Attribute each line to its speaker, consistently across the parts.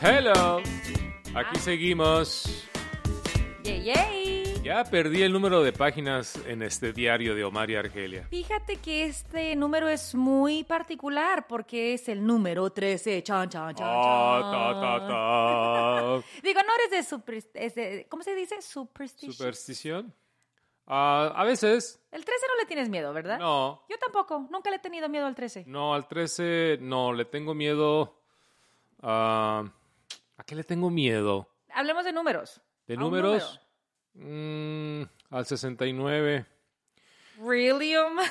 Speaker 1: Hello.
Speaker 2: Ah.
Speaker 1: Aquí seguimos.
Speaker 2: Yay, yay.
Speaker 1: Ya perdí el número de páginas en este diario de Omar y Argelia.
Speaker 2: Fíjate que este número es muy particular porque es el número 13. Chan, chan, chan,
Speaker 1: Ah,
Speaker 2: chan.
Speaker 1: ta, ta, ta.
Speaker 2: Digo, no eres de, super, es de- ¿Cómo se dice? Superstition.
Speaker 1: Superstición. Ah, a veces,
Speaker 2: El 13 no le tienes miedo, ¿verdad?
Speaker 1: no.
Speaker 2: Yo tampoco. Nunca le he tenido miedo al 13.
Speaker 1: No, al 13, no, le tengo miedo. ah, ¿A qué le tengo miedo?
Speaker 2: Hablemos de números.
Speaker 1: ¿De
Speaker 2: A un
Speaker 1: números? Mm, al 69.
Speaker 2: número. Really, Omar?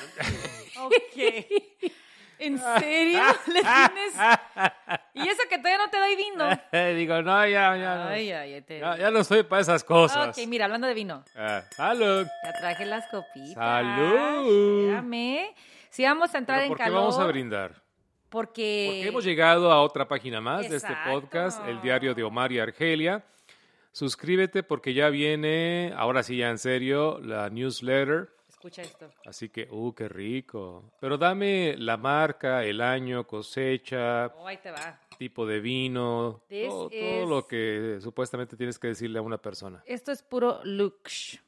Speaker 2: ok. ¿En serio? ¿Le tienes? Y eso que todavía no te doy vino.
Speaker 1: Digo, no, ya, ya. no.
Speaker 2: Ay, ay, ay. Te...
Speaker 1: Ya, ya no estoy para esas cosas.
Speaker 2: ok, mira, hablando de vino.
Speaker 1: Ah, salud.
Speaker 2: Ya traje las copitas.
Speaker 1: ¡Salud!
Speaker 2: Espérame. Si vamos a entrar
Speaker 1: ¿Pero
Speaker 2: en
Speaker 1: ¿Por qué
Speaker 2: calor.
Speaker 1: vamos a brindar?
Speaker 2: Porque...
Speaker 1: Porque hemos llegado a otra página más de este
Speaker 2: Eh, Exacto.
Speaker 1: podcast, el diario de Omar y Argelia. Suscríbete porque ya viene, ahora sí ya en serio, la newsletter.
Speaker 2: Escucha esto.
Speaker 1: Así que, uh, qué rico. Pero dame la marca, el año, cosecha,
Speaker 2: Oh, ahí te va.
Speaker 1: tipo de vino,
Speaker 2: This
Speaker 1: todo, todo
Speaker 2: is-
Speaker 1: lo que supuestamente tienes que decirle a una persona.
Speaker 2: Esto es puro lux.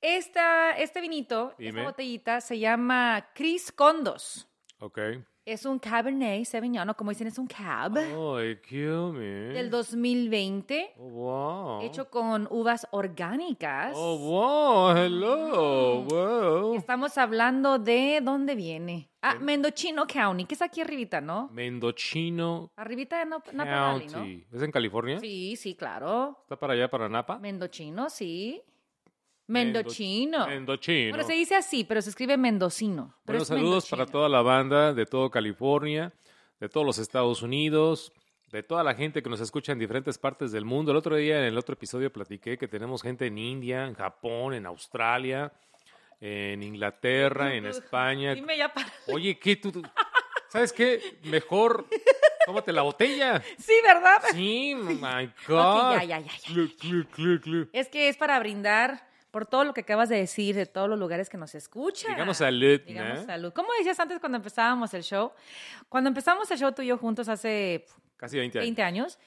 Speaker 2: Esta, este vinito,
Speaker 1: Dime.
Speaker 2: esta botellita, se llama Cris Condos.
Speaker 1: ¿Ok?
Speaker 2: Es un Cabernet Sauvignon, o como dicen, es un Cab,
Speaker 1: ¡Ay, qué
Speaker 2: del 2020,
Speaker 1: Oh, wow.
Speaker 2: hecho con uvas orgánicas.
Speaker 1: Oh, wow, hello,
Speaker 2: Mm.
Speaker 1: wow.
Speaker 2: Estamos hablando de dónde viene. Ah, Mendocino County, que es aquí arribita, ¿no?
Speaker 1: Mendocino
Speaker 2: Arribita de Napa Napa Valley, ¿no?
Speaker 1: County. ¿Es en California?
Speaker 2: Sí, sí, claro.
Speaker 1: ¿Está para allá, para Napa?
Speaker 2: Mendochino, sí.
Speaker 1: Mendo-
Speaker 2: Mendochino.
Speaker 1: Mendocino.
Speaker 2: Bueno, se dice así, pero se escribe mendocino. pero
Speaker 1: Buenos
Speaker 2: es
Speaker 1: saludos para
Speaker 2: mendochino.
Speaker 1: toda la banda de todo California, de todos los Estados Unidos, de toda la gente que nos escucha en diferentes partes del mundo. El otro día, en el otro episodio, platiqué que tenemos gente en India, en Japón, en Australia, en Inglaterra, en
Speaker 2: Tú-
Speaker 1: España.
Speaker 2: Dime ya para...
Speaker 1: Oye, ¿qué tú? tú- ¿Sabes qué? Mejor tómate la botella.
Speaker 2: Sí, ¿verdad?
Speaker 1: Sí, my God.
Speaker 2: Ok, ya, ya, ya, ya.
Speaker 1: Clu, clu, clu, clu.
Speaker 2: Es que es para brindar por todo lo que acabas de decir, de todos los lugares que nos escuchan.
Speaker 1: Digamos salud, ¿no?
Speaker 2: Digamos salud. ¿Cómo decías antes cuando empezábamos el show? Cuando empezamos el show tú y yo juntos hace pf,
Speaker 1: Casi 20 años.
Speaker 2: 20 años,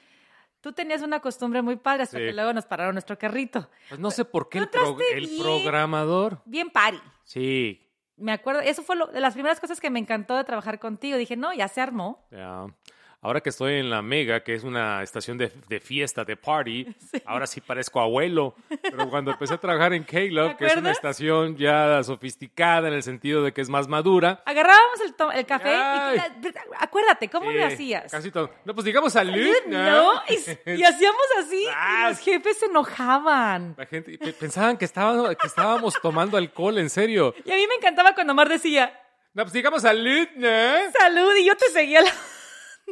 Speaker 2: tú tenías una costumbre muy padre hasta
Speaker 1: Sí.
Speaker 2: que luego nos pararon nuestro carrito.
Speaker 1: Pues no sé por qué el,
Speaker 2: Lo
Speaker 1: pro-
Speaker 2: traste
Speaker 1: el
Speaker 2: bien.
Speaker 1: programador.
Speaker 2: Bien pari.
Speaker 1: Sí.
Speaker 2: Me acuerdo, eso fue lo- de las primeras cosas que me encantó de trabajar contigo. Dije, no, ya se armó.
Speaker 1: ya. Ahora que estoy en la Mega, que es una estación de, de fiesta, de party, ahora sí parezco abuelo. Pero cuando empecé a trabajar en K-Love,
Speaker 2: ¿Te
Speaker 1: que es una
Speaker 2: acuerdas?
Speaker 1: estación ya sofisticada en el sentido de que es más madura.
Speaker 2: Agarrábamos el, to- el café
Speaker 1: Ay.
Speaker 2: y tú la- pues, acuérdate, ¿cómo
Speaker 1: sí,
Speaker 2: lo hacías?
Speaker 1: eh, Casi todo. No, pues digamos salud, ¿no? Ah.
Speaker 2: ¿No? Y, s- y hacíamos así y los jefes se enojaban.
Speaker 1: La gente y pe- pensaban que, estaba- que estábamos tomando alcohol, en serio.
Speaker 2: Y a mí me encantaba cuando Omar decía,
Speaker 1: No, pues digamos salud, ¿no?
Speaker 2: salud, y yo te seguía. la-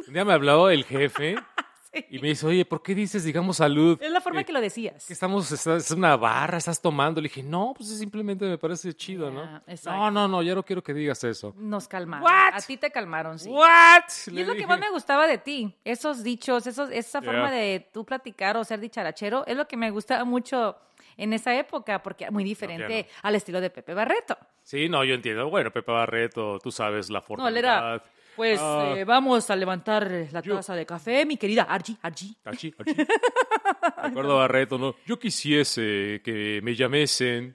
Speaker 1: Un día me hablaba el jefe
Speaker 2: Sí.
Speaker 1: y me dice, oye, ¿por qué dices, digamos, salud?
Speaker 2: Es la forma que lo decías.
Speaker 1: que estamos, estás- es una barra, estás tomando. Le dije, no, pues simplemente me parece chido,
Speaker 2: Ya,
Speaker 1: ¿no?
Speaker 2: exacto.
Speaker 1: No, no, no, ya no quiero que digas eso.
Speaker 2: Nos calmaron.
Speaker 1: What?
Speaker 2: A ti te calmaron, sí.
Speaker 1: ¿What?
Speaker 2: Y
Speaker 1: Le
Speaker 2: es lo que
Speaker 1: dije.
Speaker 2: más me gustaba de ti, esos dichos, esos, esa
Speaker 1: Yeah.
Speaker 2: forma de tú platicar o ser dicharachero, es lo que me gustaba mucho en esa época, porque era muy diferente
Speaker 1: entiendo.
Speaker 2: al estilo de Pepe Barreto.
Speaker 1: Sí, no, yo entiendo. Bueno, Pepe Barreto, tú sabes la forma.
Speaker 2: No, él era, pues
Speaker 1: Ah.
Speaker 2: eh, vamos a levantar la
Speaker 1: Yo-
Speaker 2: taza de café, mi querida Archie, Archie.
Speaker 1: Achí, achí. Me acuerdo a Barreto, ¿no? Yo quisiese que me llamesen.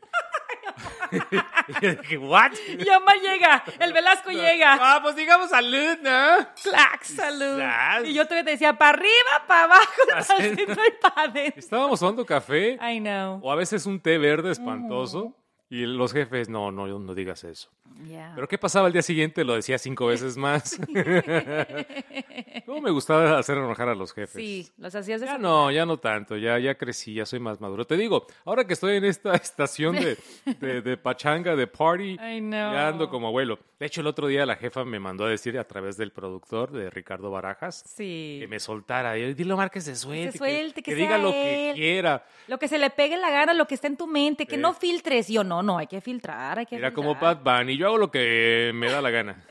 Speaker 1: y yo dije, ¿what?
Speaker 2: Y Omar llega, el Velasco llega.
Speaker 1: Ah, pues digamos salud, ¿no?
Speaker 2: Clac, salud.
Speaker 1: Sas.
Speaker 2: Y yo todavía te decía, para arriba, para abajo, para
Speaker 1: Haciendo-
Speaker 2: el centro y para adentro.
Speaker 1: Estábamos tomando café.
Speaker 2: I know.
Speaker 1: O a veces un té verde espantoso. Y los jefes, no, no, no digas eso.
Speaker 2: Yeah.
Speaker 1: Pero ¿qué pasaba el día siguiente? Lo decía cinco veces más. ¿Cómo me gustaba hacer enojar a los jefes?
Speaker 2: Sí, los hacías de
Speaker 1: pues, Ya no, ya no tanto, ya, ya crecí, ya soy más maduro. Te digo, ahora que estoy en esta estación de, de- de pachanga, de party,
Speaker 2: I know.
Speaker 1: ya ando como abuelo. De hecho, el otro día la jefa me mandó a decir a través del productor de Ricardo Barajas
Speaker 2: Sí.
Speaker 1: que me soltara. Y yo, Dile a Omar que se suelte,
Speaker 2: suelte, que
Speaker 1: diga
Speaker 2: sea
Speaker 1: lo que
Speaker 2: él".
Speaker 1: quiera.
Speaker 2: Lo que se le pegue la gana, lo que está en tu mente, que
Speaker 1: Sí.
Speaker 2: no filtres. Y yo, no, no, hay que filtrar, hay que
Speaker 1: Era como
Speaker 2: filtrar.
Speaker 1: Pat Bunny, yo hago lo que me da la gana.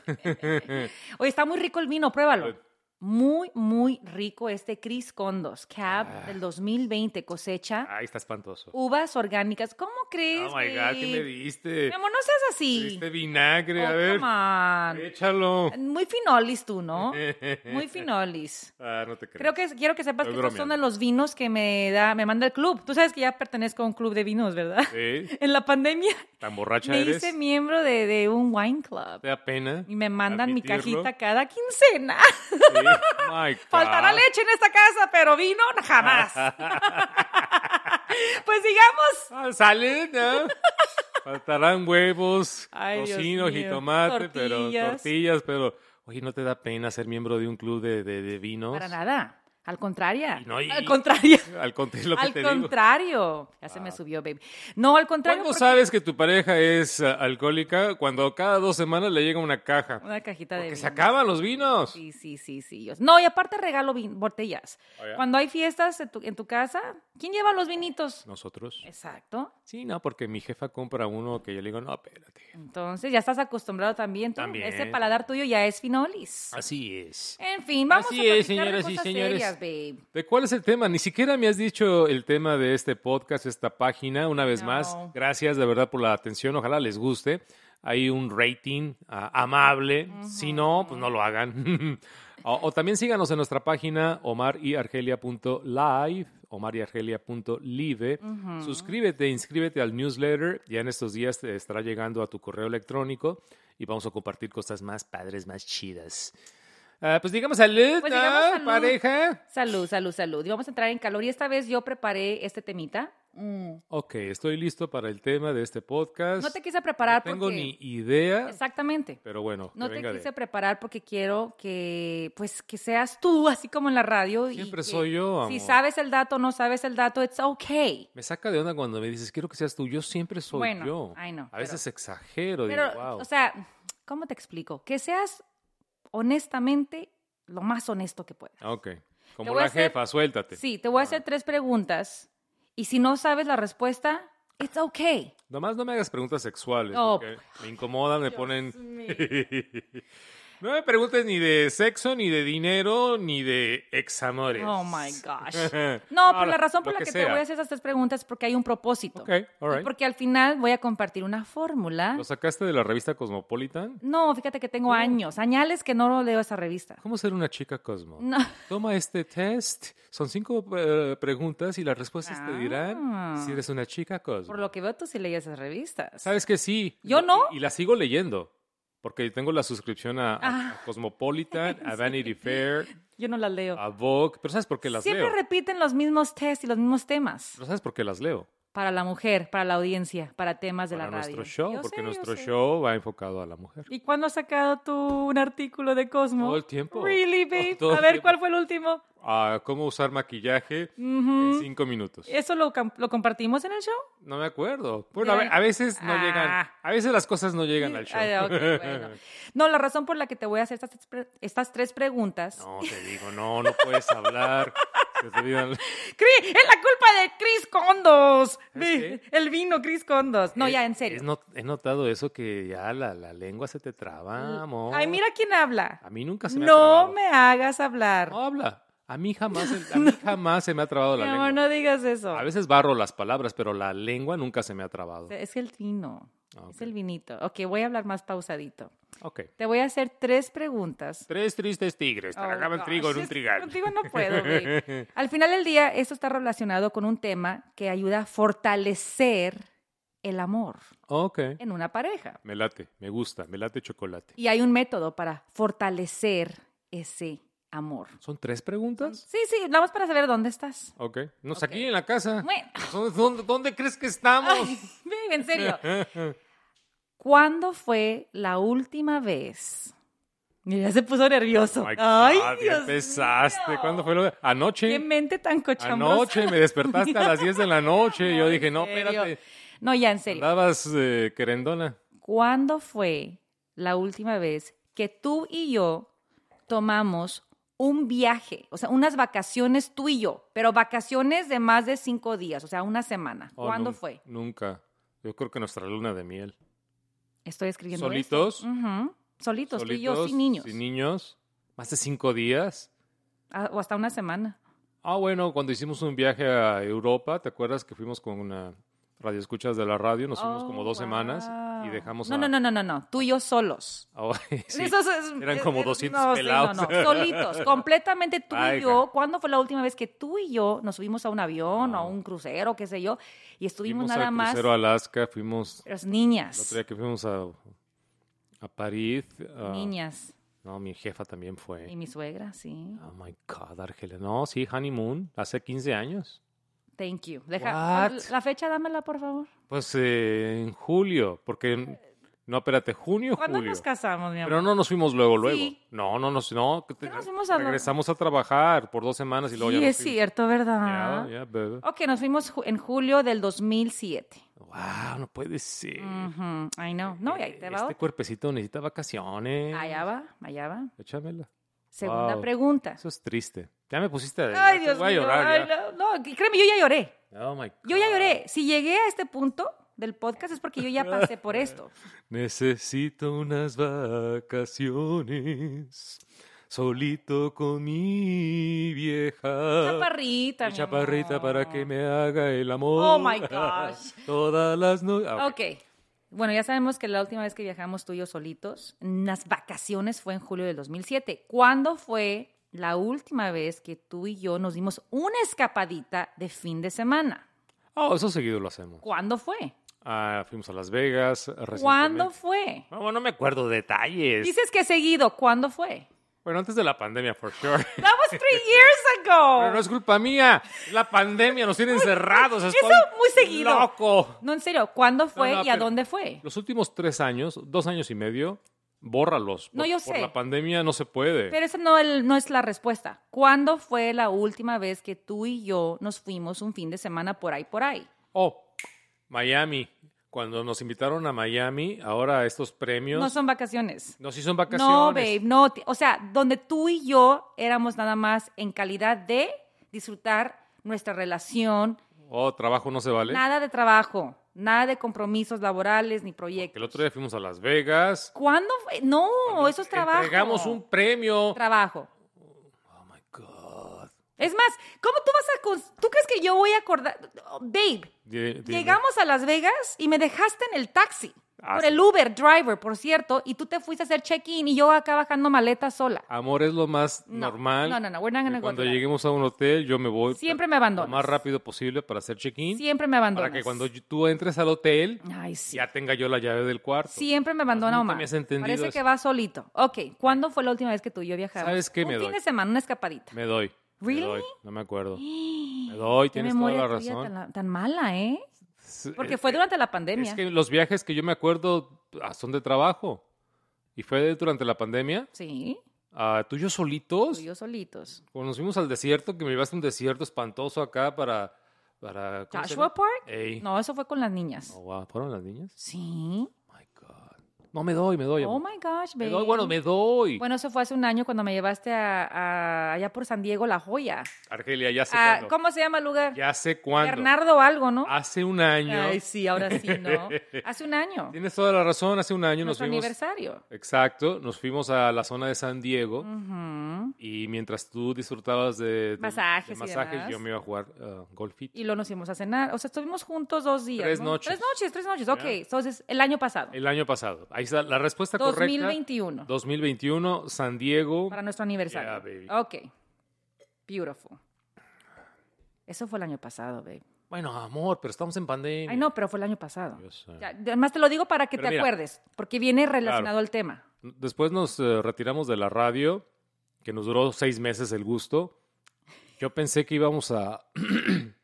Speaker 2: Oye, está muy rico el vino, pruébalo. Muy, muy rico. rico este Cris Condos, Cab
Speaker 1: Ah.
Speaker 2: del 2020, cosecha.
Speaker 1: Ay, está espantoso.
Speaker 2: Uvas orgánicas. ¿Cómo crees?
Speaker 1: Oh my God, ¿qué me
Speaker 2: babe?
Speaker 1: diste?
Speaker 2: Mi amor, Pues no seas
Speaker 1: Me
Speaker 2: así.
Speaker 1: diste Este vinagre,
Speaker 2: Oh,
Speaker 1: a ver. Eh.
Speaker 2: come on.
Speaker 1: Échalo.
Speaker 2: Muy finolis tú, ¿no?
Speaker 1: Eh,
Speaker 2: Muy finolis.
Speaker 1: Ah, no te creo.
Speaker 2: Creo que es- quiero que sepas
Speaker 1: Estoy
Speaker 2: que estos son
Speaker 1: bromeando.
Speaker 2: de los vinos que me da, me manda el club. Tú sabes que ya pertenezco a un club de vinos, ¿verdad?
Speaker 1: Sí,
Speaker 2: En la pandemia
Speaker 1: tan borracha
Speaker 2: me
Speaker 1: eres.
Speaker 2: hice miembro de, de un wine club.
Speaker 1: Te da pena.
Speaker 2: Y me mandan mi
Speaker 1: admitirlo.
Speaker 2: cajita cada quincena.
Speaker 1: Sí. My God.
Speaker 2: Faltará leche en esta casa, pero vino jamás. pues digamos.
Speaker 1: Ah, salud, ¿no? Faltarán huevos,
Speaker 2: Ay, Dios
Speaker 1: tocino,
Speaker 2: mío.
Speaker 1: jitomate, pero
Speaker 2: Tortillas.
Speaker 1: tortillas, pero oye, ¿no te da pena ser miembro de un club de, de, de vinos?
Speaker 2: Para nada. Al contrario.
Speaker 1: Y no, y-
Speaker 2: Al contrario.
Speaker 1: Al contrario, lo que
Speaker 2: Al
Speaker 1: te digo. Ah.
Speaker 2: contrario. Ya se me subió, baby. No, al contrario.
Speaker 1: ¿Cuándo
Speaker 2: porque-
Speaker 1: sabes que tu pareja es ah, alcohólica? Cuando cada dos semanas le llega una caja.
Speaker 2: Una cajita de
Speaker 1: Porque se
Speaker 2: vino.
Speaker 1: acaban los vinos.
Speaker 2: Sí, sí, sí, sí. yo- No, y aparte regalo vin- botellas.
Speaker 1: Oh, ya.
Speaker 2: Cuando hay fiestas en tu, en tu casa, ¿quién lleva los vinitos?
Speaker 1: ¿Nosotros?
Speaker 2: Exacto.
Speaker 1: Sí, no, porque mi jefa compra uno que yo le digo, no, espérate.
Speaker 2: Entonces ya estás acostumbrado también tú.
Speaker 1: También.
Speaker 2: Ese paladar tuyo ya es finolis.
Speaker 1: Así es.
Speaker 2: En fin, vamos
Speaker 1: Así
Speaker 2: a
Speaker 1: es,
Speaker 2: platicar de
Speaker 1: señoras y
Speaker 2: cosas
Speaker 1: señores.
Speaker 2: serias, babe.
Speaker 1: ¿De cuál es el tema? Ni siquiera me has dicho el tema de este podcast, esta página. Una vez
Speaker 2: No.
Speaker 1: más, gracias de verdad por la atención. Ojalá les guste. Hay un rating ah, amable. Si no, pues no lo hagan. o, o también síganos en nuestra página omaryargelia.live, omaryargelia.live. Suscríbete, inscríbete al newsletter. Ya en estos días te estará llegando a tu correo electrónico y vamos a compartir cosas más padres, más chidas. Ah, pues digamos salud,
Speaker 2: Pues
Speaker 1: ¿no,
Speaker 2: digamos salud.
Speaker 1: pareja.
Speaker 2: Salud, salud, salud. Y vamos a entrar en calor. Y esta vez yo preparé este temita. Mm,
Speaker 1: Ok, estoy listo para el tema de este podcast.
Speaker 2: No te quise preparar
Speaker 1: No tengo
Speaker 2: porque...
Speaker 1: ni idea,
Speaker 2: Exactamente.
Speaker 1: pero bueno,
Speaker 2: No
Speaker 1: que
Speaker 2: te
Speaker 1: venga de-
Speaker 2: quise preparar porque quiero que, pues, que seas tú, así como en la radio. y
Speaker 1: Siempre
Speaker 2: que
Speaker 1: soy yo,
Speaker 2: Si
Speaker 1: amor.
Speaker 2: sabes el dato, no sabes el dato, it's okay.
Speaker 1: Me saca de onda cuando me dices, quiero que seas tú. Yo siempre soy
Speaker 2: Bueno,
Speaker 1: yo.
Speaker 2: ay, no,
Speaker 1: A veces exagero,
Speaker 2: Pero,
Speaker 1: digo, wow.
Speaker 2: o sea, ¿cómo te explico? Que seas honestamente lo más honesto que puedas.
Speaker 1: ok, como
Speaker 2: voy a
Speaker 1: la
Speaker 2: hacer-
Speaker 1: jefa, suéltate.
Speaker 2: Sí, te voy a hacer tres preguntas y si no sabes la respuesta, it's okay.
Speaker 1: Nomás no me hagas preguntas sexuales,
Speaker 2: No,
Speaker 1: porque me incomodan, me ponen...
Speaker 2: Dios
Speaker 1: No me preguntes ni de sexo, ni de dinero, ni de examores.
Speaker 2: Oh my gosh. No, pero
Speaker 1: Ahora,
Speaker 2: la razón por
Speaker 1: lo
Speaker 2: la que, te
Speaker 1: sea.
Speaker 2: voy a hacer esas tres preguntas es porque hay un propósito.
Speaker 1: Ok, all
Speaker 2: Y
Speaker 1: right.
Speaker 2: Porque al final voy a compartir una fórmula.
Speaker 1: ¿Lo Uh. sacaste de la revista Cosmopolitan?
Speaker 2: No, fíjate que tengo años, añales que no leo esa revista.
Speaker 1: ¿Cómo ser una chica Cosmo?
Speaker 2: No.
Speaker 1: Toma este test. Son cinco eh, preguntas y las respuestas te dirán
Speaker 2: Ah.
Speaker 1: si eres una chica Cosmo.
Speaker 2: Por lo que veo, tú sí leías esas revistas.
Speaker 1: Sabes que sí.
Speaker 2: Yo no.
Speaker 1: Y, y la sigo leyendo. Porque tengo la suscripción a, a-
Speaker 2: Ah.
Speaker 1: a Cosmopolitan, a Vanity Fair,
Speaker 2: Yo no las leo.
Speaker 1: a Vogue. Pero ¿sabes por qué Ah, las
Speaker 2: Siempre
Speaker 1: leo?
Speaker 2: repiten los mismos test y los mismos temas.
Speaker 1: Pero ¿Sabes por qué las leo?
Speaker 2: Para la mujer, para la audiencia, para temas de
Speaker 1: Para
Speaker 2: la radio.
Speaker 1: nuestro show.
Speaker 2: Yo
Speaker 1: porque
Speaker 2: sé, yo
Speaker 1: nuestro
Speaker 2: sé.
Speaker 1: show va enfocado a la mujer.
Speaker 2: ¿Y cuándo has sacado tú un artículo de Cosmo?
Speaker 1: Todo el tiempo.
Speaker 2: Really, babe.
Speaker 1: Todo el
Speaker 2: A ver,
Speaker 1: tiempo.
Speaker 2: ¿cuál fue Mm. el último?
Speaker 1: Ah, ¿Cómo usar maquillaje en cinco minutos?
Speaker 2: ¿Eso lo, cam- lo compartimos en el show?
Speaker 1: No me acuerdo. Bueno, a,
Speaker 2: Llegan-
Speaker 1: ve- a veces no llegan.
Speaker 2: Ah.
Speaker 1: A veces las cosas no llegan al show.
Speaker 2: Ah, ok, bueno. No, la razón por la que te voy a hacer estas, tres pre- estas tres preguntas.
Speaker 1: No, te digo, no, no puedes hablar. Se te olvidan-
Speaker 2: Cri- ¡Es la culpa de Cris Condos!
Speaker 1: ¿Sabes
Speaker 2: Ve, El vino Cris Condos. No,
Speaker 1: Eh,
Speaker 2: ya, en serio.
Speaker 1: es not- he notado eso que ya la, la lengua se te traba, amor.
Speaker 2: Ay, mira quién habla.
Speaker 1: A mí nunca se me ha
Speaker 2: No
Speaker 1: trabado.
Speaker 2: me hagas hablar.
Speaker 1: No habla. A mí jamás, el- a mí jamás se me ha trabado
Speaker 2: Mi
Speaker 1: la
Speaker 2: amor,
Speaker 1: lengua.
Speaker 2: no digas eso.
Speaker 1: A veces barro las palabras, pero la lengua nunca se me ha trabado.
Speaker 2: Es el vino.
Speaker 1: Ah,
Speaker 2: Es el vinito. Ok, voy a hablar más pausadito.
Speaker 1: Ok.
Speaker 2: Te voy a hacer tres preguntas.
Speaker 1: Tres tristes tigres
Speaker 2: Oh,
Speaker 1: tragaban
Speaker 2: gosh,
Speaker 1: trigo en
Speaker 2: es
Speaker 1: un
Speaker 2: que
Speaker 1: trigal.
Speaker 2: Contigo no puedo, babe. Al final del día, esto está relacionado con un tema que ayuda a fortalecer el amor
Speaker 1: Ok.
Speaker 2: en una pareja.
Speaker 1: Me late, me gusta, me late chocolate.
Speaker 2: Y hay un método para fortalecer ese amor.
Speaker 1: ¿Son tres preguntas?
Speaker 2: Sí, sí, nada más para saber dónde estás.
Speaker 1: Ok. Nos
Speaker 2: Ok.
Speaker 1: aquí en la casa.
Speaker 2: Bueno,
Speaker 1: ¿Dónde, dónde- dónde crees que estamos?
Speaker 2: ay, babe, en serio. ¿Cuándo fue la última vez? Mira, ya se puso nervioso.
Speaker 1: Ay,
Speaker 2: Ay,
Speaker 1: God, ya
Speaker 2: Dios
Speaker 1: empezaste.
Speaker 2: mío.
Speaker 1: ¿Cuándo fue lo Anoche.
Speaker 2: Qué mente tan cochambrosa.
Speaker 1: Anoche me despertaste a las 10 de la noche. Yo
Speaker 2: No,
Speaker 1: dije,
Speaker 2: en
Speaker 1: no,
Speaker 2: serio.
Speaker 1: espérate.
Speaker 2: No, ya, en serio.
Speaker 1: Andabas eh, querendona.
Speaker 2: ¿Cuándo fue la última vez que tú y yo tomamos un viaje? O sea, unas vacaciones tú y yo, pero vacaciones de más de cinco días, o sea, una semana.
Speaker 1: Oh,
Speaker 2: ¿Cuándo
Speaker 1: nun-
Speaker 2: fue?
Speaker 1: Nunca. Yo creo que nuestra luna de miel.
Speaker 2: Estoy escribiendo. esto.
Speaker 1: ¿Solitos?
Speaker 2: Ujú. Solitos, tú y yo,
Speaker 1: solitos,
Speaker 2: sin niños.
Speaker 1: Sin niños. Más de cinco días.
Speaker 2: Ah, O hasta una semana.
Speaker 1: Ah, bueno, cuando hicimos un viaje a Europa, ¿te acuerdas que fuimos con una radio escuchas de la radio? Nos fuimos
Speaker 2: Oh,
Speaker 1: como dos semanas y
Speaker 2: wow.
Speaker 1: dejamos
Speaker 2: No,
Speaker 1: a-
Speaker 2: no, no, no, no, no. Tú y yo solos.
Speaker 1: a- sí.
Speaker 2: Esos es-
Speaker 1: eran como
Speaker 2: eh, eh,
Speaker 1: 200
Speaker 2: no, sí,
Speaker 1: pelados.
Speaker 2: no, no, solitos, completamente tú
Speaker 1: Ay,
Speaker 2: y yo. ¿Cuándo fue la última vez que tú y yo nos subimos a un avión o a
Speaker 1: No.
Speaker 2: un crucero, qué sé yo, y estuvimos
Speaker 1: Fuimos
Speaker 2: nada
Speaker 1: al
Speaker 2: más
Speaker 1: crucero a Alaska, fuimos
Speaker 2: las
Speaker 1: el
Speaker 2: niñas?
Speaker 1: otro día que fuimos a, a París. a-
Speaker 2: Niñas.
Speaker 1: No, mi jefa también
Speaker 2: Y
Speaker 1: fue.
Speaker 2: mi suegra, sí.
Speaker 1: Oh my God, Argelia. No, sí, honeymoon, hace 15 años.
Speaker 2: Thank you. Deja, ah,
Speaker 1: What?
Speaker 2: la- la fecha dámela, por favor.
Speaker 1: Pues eh, en julio, porque. en- No, espérate, junio,
Speaker 2: Eh, ¿Cuándo
Speaker 1: julio.
Speaker 2: nos casamos, mi amor?
Speaker 1: Pero no nos fuimos luego, luego.
Speaker 2: Sí.
Speaker 1: No, no nos, no. que te-
Speaker 2: nos fuimos a lo-
Speaker 1: regresamos a trabajar por dos semanas y luego
Speaker 2: sí,
Speaker 1: ya nos
Speaker 2: es
Speaker 1: fuimos.
Speaker 2: cierto, ¿verdad?
Speaker 1: Ya, ya, bebé.
Speaker 2: Ok, nos fuimos ju- en julio del 2007.
Speaker 1: Wow, no puede ser.
Speaker 2: Ujú, I know. Mm, No, y ahí te va
Speaker 1: Este
Speaker 2: otra.
Speaker 1: cuerpecito necesita vacaciones.
Speaker 2: Allá va, allá va.
Speaker 1: Échamela.
Speaker 2: Segunda
Speaker 1: Wow.
Speaker 2: pregunta.
Speaker 1: Eso es triste. Ya me pusiste. ya
Speaker 2: Ay,
Speaker 1: te
Speaker 2: Dios
Speaker 1: voy a
Speaker 2: mío.
Speaker 1: llorar
Speaker 2: ay,
Speaker 1: ya.
Speaker 2: no, no, créeme, yo ya lloré.
Speaker 1: Oh my
Speaker 2: Yo ya
Speaker 1: God.
Speaker 2: lloré. Si llegué a este punto del podcast es porque yo ya pasé por esto.
Speaker 1: Necesito unas vacaciones. Solito con mi vieja. Y
Speaker 2: Chaparrita. mi
Speaker 1: chaparrita
Speaker 2: amor.
Speaker 1: para que me haga el amor.
Speaker 2: Oh my gosh.
Speaker 1: Todas las ah, noches.
Speaker 2: Ok. Bueno, ya sabemos que la última vez que viajamos tú y yo solitos, en las vacaciones fue en julio del 2007. ¿Cuándo fue la última vez que tú y yo nos dimos una escapadita de fin de semana?
Speaker 1: Oh, eso seguido lo hacemos.
Speaker 2: ¿Cuándo fue?
Speaker 1: Ah, fuimos a Las Vegas. recientemente.
Speaker 2: ¿Cuándo fue?
Speaker 1: No, Bueno, no me acuerdo detalles.
Speaker 2: Dices que seguido. ¿Cuándo fue?
Speaker 1: Bueno, antes de la pandemia, for sure.
Speaker 2: That was three years ago.
Speaker 1: Pero no es culpa mía. La pandemia nos tiene encerrados.
Speaker 2: Eso
Speaker 1: estoy
Speaker 2: muy seguido.
Speaker 1: Loco.
Speaker 2: No, en serio, ¿cuándo fue
Speaker 1: no,
Speaker 2: y a
Speaker 1: pero-
Speaker 2: dónde fue?
Speaker 1: Los últimos tres años, dos años y medio, bórralos.
Speaker 2: No,
Speaker 1: Por-
Speaker 2: yo
Speaker 1: Por
Speaker 2: sé.
Speaker 1: la pandemia no se puede.
Speaker 2: Pero esa no, el- no es la respuesta. ¿Cuándo fue la última vez que tú y yo nos fuimos un fin de semana por ahí, por ahí?
Speaker 1: Oh, Miami. Cuando nos invitaron a Miami, ahora a estos premios.
Speaker 2: No son vacaciones.
Speaker 1: No, sí son vacaciones.
Speaker 2: No, babe, no. ti- O sea, donde tú y yo éramos nada más en calidad de disfrutar nuestra relación,
Speaker 1: Oh, trabajo no se vale.
Speaker 2: nada de trabajo, nada de compromisos laborales ni proyectos.
Speaker 1: El otro día fuimos a Las Vegas.
Speaker 2: ¿Cuándo fue? No, eso es trabajo.
Speaker 1: Entregamos un premio.
Speaker 2: trabajo.
Speaker 1: oh my God.
Speaker 2: Es más, ¿cómo tú vas a... cons- ¿Tú crees que yo voy a acordar? Oh, Babe,
Speaker 1: Di- dime.
Speaker 2: llegamos a Las Vegas y me dejaste en el taxi.
Speaker 1: Ah,
Speaker 2: por
Speaker 1: sí.
Speaker 2: el Uber driver, por cierto, y tú te fuiste a hacer check-in y yo acá bajando maletas sola.
Speaker 1: Amor es lo más
Speaker 2: No,
Speaker 1: normal.
Speaker 2: no, no, no, we're not
Speaker 1: que
Speaker 2: gonna go
Speaker 1: Cuando
Speaker 2: to that.
Speaker 1: lleguemos a un hotel, yo me voy.
Speaker 2: Siempre me
Speaker 1: Lo
Speaker 2: abandonas.
Speaker 1: más rápido posible para hacer check-in.
Speaker 2: Siempre me abandonas.
Speaker 1: Para que cuando yo- tú entres al hotel,
Speaker 2: Ay, sí.
Speaker 1: ya tenga yo la llave del cuarto.
Speaker 2: Siempre me abandona
Speaker 1: Nunca
Speaker 2: Omar.
Speaker 1: me has entendido
Speaker 2: Parece
Speaker 1: eso.
Speaker 2: que va solito. Ok, ¿cuándo fue la última vez que tú y yo viajamos?
Speaker 1: ¿Sabes qué?
Speaker 2: Un
Speaker 1: Me
Speaker 2: fin
Speaker 1: doy.
Speaker 2: de semana, una escapadita.
Speaker 1: Me doy. me
Speaker 2: Really?
Speaker 1: doy, No me acuerdo. Me doy,
Speaker 2: Qué
Speaker 1: tienes toda la
Speaker 2: memoria tuya
Speaker 1: razón.
Speaker 2: Tan, tan mala, ¿eh?
Speaker 1: S-
Speaker 2: Porque
Speaker 1: eh,
Speaker 2: fue durante la
Speaker 1: Es
Speaker 2: pandemia.
Speaker 1: que los viajes que yo me acuerdo ah, son de trabajo. Y fue durante la pandemia.
Speaker 2: Sí,
Speaker 1: Ah, ¿Tú y yo
Speaker 2: tú
Speaker 1: solitos?
Speaker 2: y yo solitos.
Speaker 1: Cuando nos fuimos al desierto, que me llevaste a un desierto espantoso acá para... para ¿cómo se
Speaker 2: ¿Joshua
Speaker 1: llama?
Speaker 2: Park?
Speaker 1: Ey.
Speaker 2: No, eso fue con las niñas.
Speaker 1: Oh, wow. ¿Fueron las niñas?
Speaker 2: Sí.
Speaker 1: My God. No, me doy, me doy.
Speaker 2: Oh
Speaker 1: amor.
Speaker 2: my gosh,
Speaker 1: me
Speaker 2: babe.
Speaker 1: doy, bueno, me doy.
Speaker 2: Bueno, eso fue hace un año cuando me llevaste a, a- allá por San Diego, La Joya.
Speaker 1: Argelia, ya sé
Speaker 2: Ah,
Speaker 1: cuándo.
Speaker 2: ¿Cómo se llama el lugar?
Speaker 1: Ya sé cuándo.
Speaker 2: Bernardo algo, ¿no?
Speaker 1: Hace un año.
Speaker 2: Ay, sí, ahora sí, ¿no? Hace un año.
Speaker 1: Tienes toda la razón, hace un año nos
Speaker 2: Nuestro
Speaker 1: fuimos...
Speaker 2: aniversario.
Speaker 1: Exacto, nos fuimos a la zona de San Diego
Speaker 2: Mm. Ujú.
Speaker 1: y mientras tú disfrutabas de, de-
Speaker 2: Masajes
Speaker 1: de
Speaker 2: y
Speaker 1: masajes,
Speaker 2: demás.
Speaker 1: yo me iba a jugar ah, golfito.
Speaker 2: Y luego nos íbamos a cenar. O sea, estuvimos juntos dos días.
Speaker 1: Tres
Speaker 2: ¿no?
Speaker 1: noches.
Speaker 2: Tres noches, tres noches. Ok, entonces el año pasado.
Speaker 1: El año pasado. Ahí está la respuesta correcta.
Speaker 2: 2021.
Speaker 1: 2021, San Diego.
Speaker 2: Para nuestro aniversario.
Speaker 1: baby.
Speaker 2: Ok. Beautiful. Eso fue el año pasado, babe.
Speaker 1: Bueno, amor, pero estamos en pandemia.
Speaker 2: Ay, no, pero fue el año pasado.
Speaker 1: Yo sé.
Speaker 2: Ya, además, te lo digo para que
Speaker 1: Pero
Speaker 2: te
Speaker 1: mira.
Speaker 2: acuerdes, porque viene relacionado
Speaker 1: Claro.
Speaker 2: al tema.
Speaker 1: Después nos eh, retiramos de la radio, que nos duró seis meses el gusto. Yo pensé que íbamos a,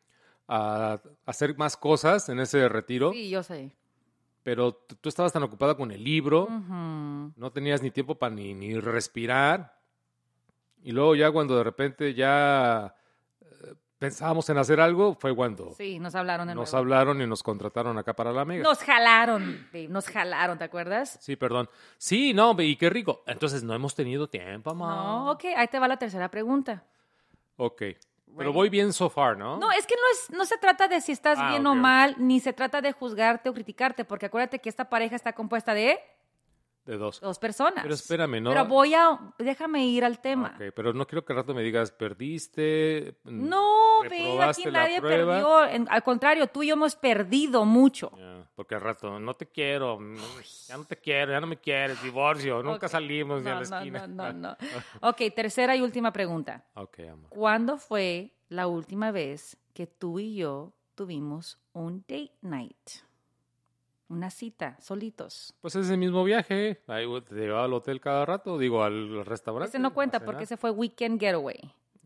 Speaker 1: a hacer más cosas en ese retiro,
Speaker 2: Sí, yo sé.
Speaker 1: pero t- tú estabas tan ocupada con el libro,
Speaker 2: Mm. Ujú.
Speaker 1: no tenías ni tiempo para ni, ni respirar. Y luego ya cuando de repente ya eh, pensábamos en hacer algo, fue cuando
Speaker 2: Sí, nos hablaron de
Speaker 1: nos
Speaker 2: nuevo.
Speaker 1: hablaron y nos contrataron acá para la mega.
Speaker 2: Nos jalaron, babe, nos jalaron, ¿te acuerdas?
Speaker 1: Sí, perdón. Sí, no, y qué rico. Entonces no hemos tenido tiempo, amor.
Speaker 2: No, ok, ahí te va la tercera pregunta.
Speaker 1: Ok. Pero
Speaker 2: Right.
Speaker 1: voy bien so far, ¿no?
Speaker 2: No, es que no, es, no se trata de si estás
Speaker 1: Ah,
Speaker 2: bien
Speaker 1: ok,
Speaker 2: o
Speaker 1: ok.
Speaker 2: mal, ni se trata de juzgarte o criticarte, porque acuérdate que esta pareja está compuesta de
Speaker 1: de dos.
Speaker 2: Dos personas.
Speaker 1: Pero espérame, ¿no?
Speaker 2: Pero voy a, déjame ir al tema.
Speaker 1: Ok, pero no quiero que al rato me digas, perdiste. mm,
Speaker 2: No, ve,
Speaker 1: reprobaste
Speaker 2: aquí
Speaker 1: la
Speaker 2: nadie
Speaker 1: prueba.
Speaker 2: perdió. En- al contrario, tú y yo hemos perdido mucho.
Speaker 1: Ya, porque al rato, no te quiero, no- ya no te quiero, ya no me quieres, divorcio, nunca
Speaker 2: Ok.
Speaker 1: salimos ni a
Speaker 2: No,
Speaker 1: la
Speaker 2: no,
Speaker 1: esquina.
Speaker 2: no, no, no. Ok, tercera y última pregunta.
Speaker 1: Ok, amor.
Speaker 2: ¿Cuándo fue la última vez que tú y yo tuvimos un date night? Una cita, solitos.
Speaker 1: Pues es el mismo viaje, ahí güey, te llevaba al hotel cada rato, digo, al restaurante. Ah,
Speaker 2: Ese no cuenta
Speaker 1: a
Speaker 2: porque
Speaker 1: cenar.
Speaker 2: ese fue weekend getaway.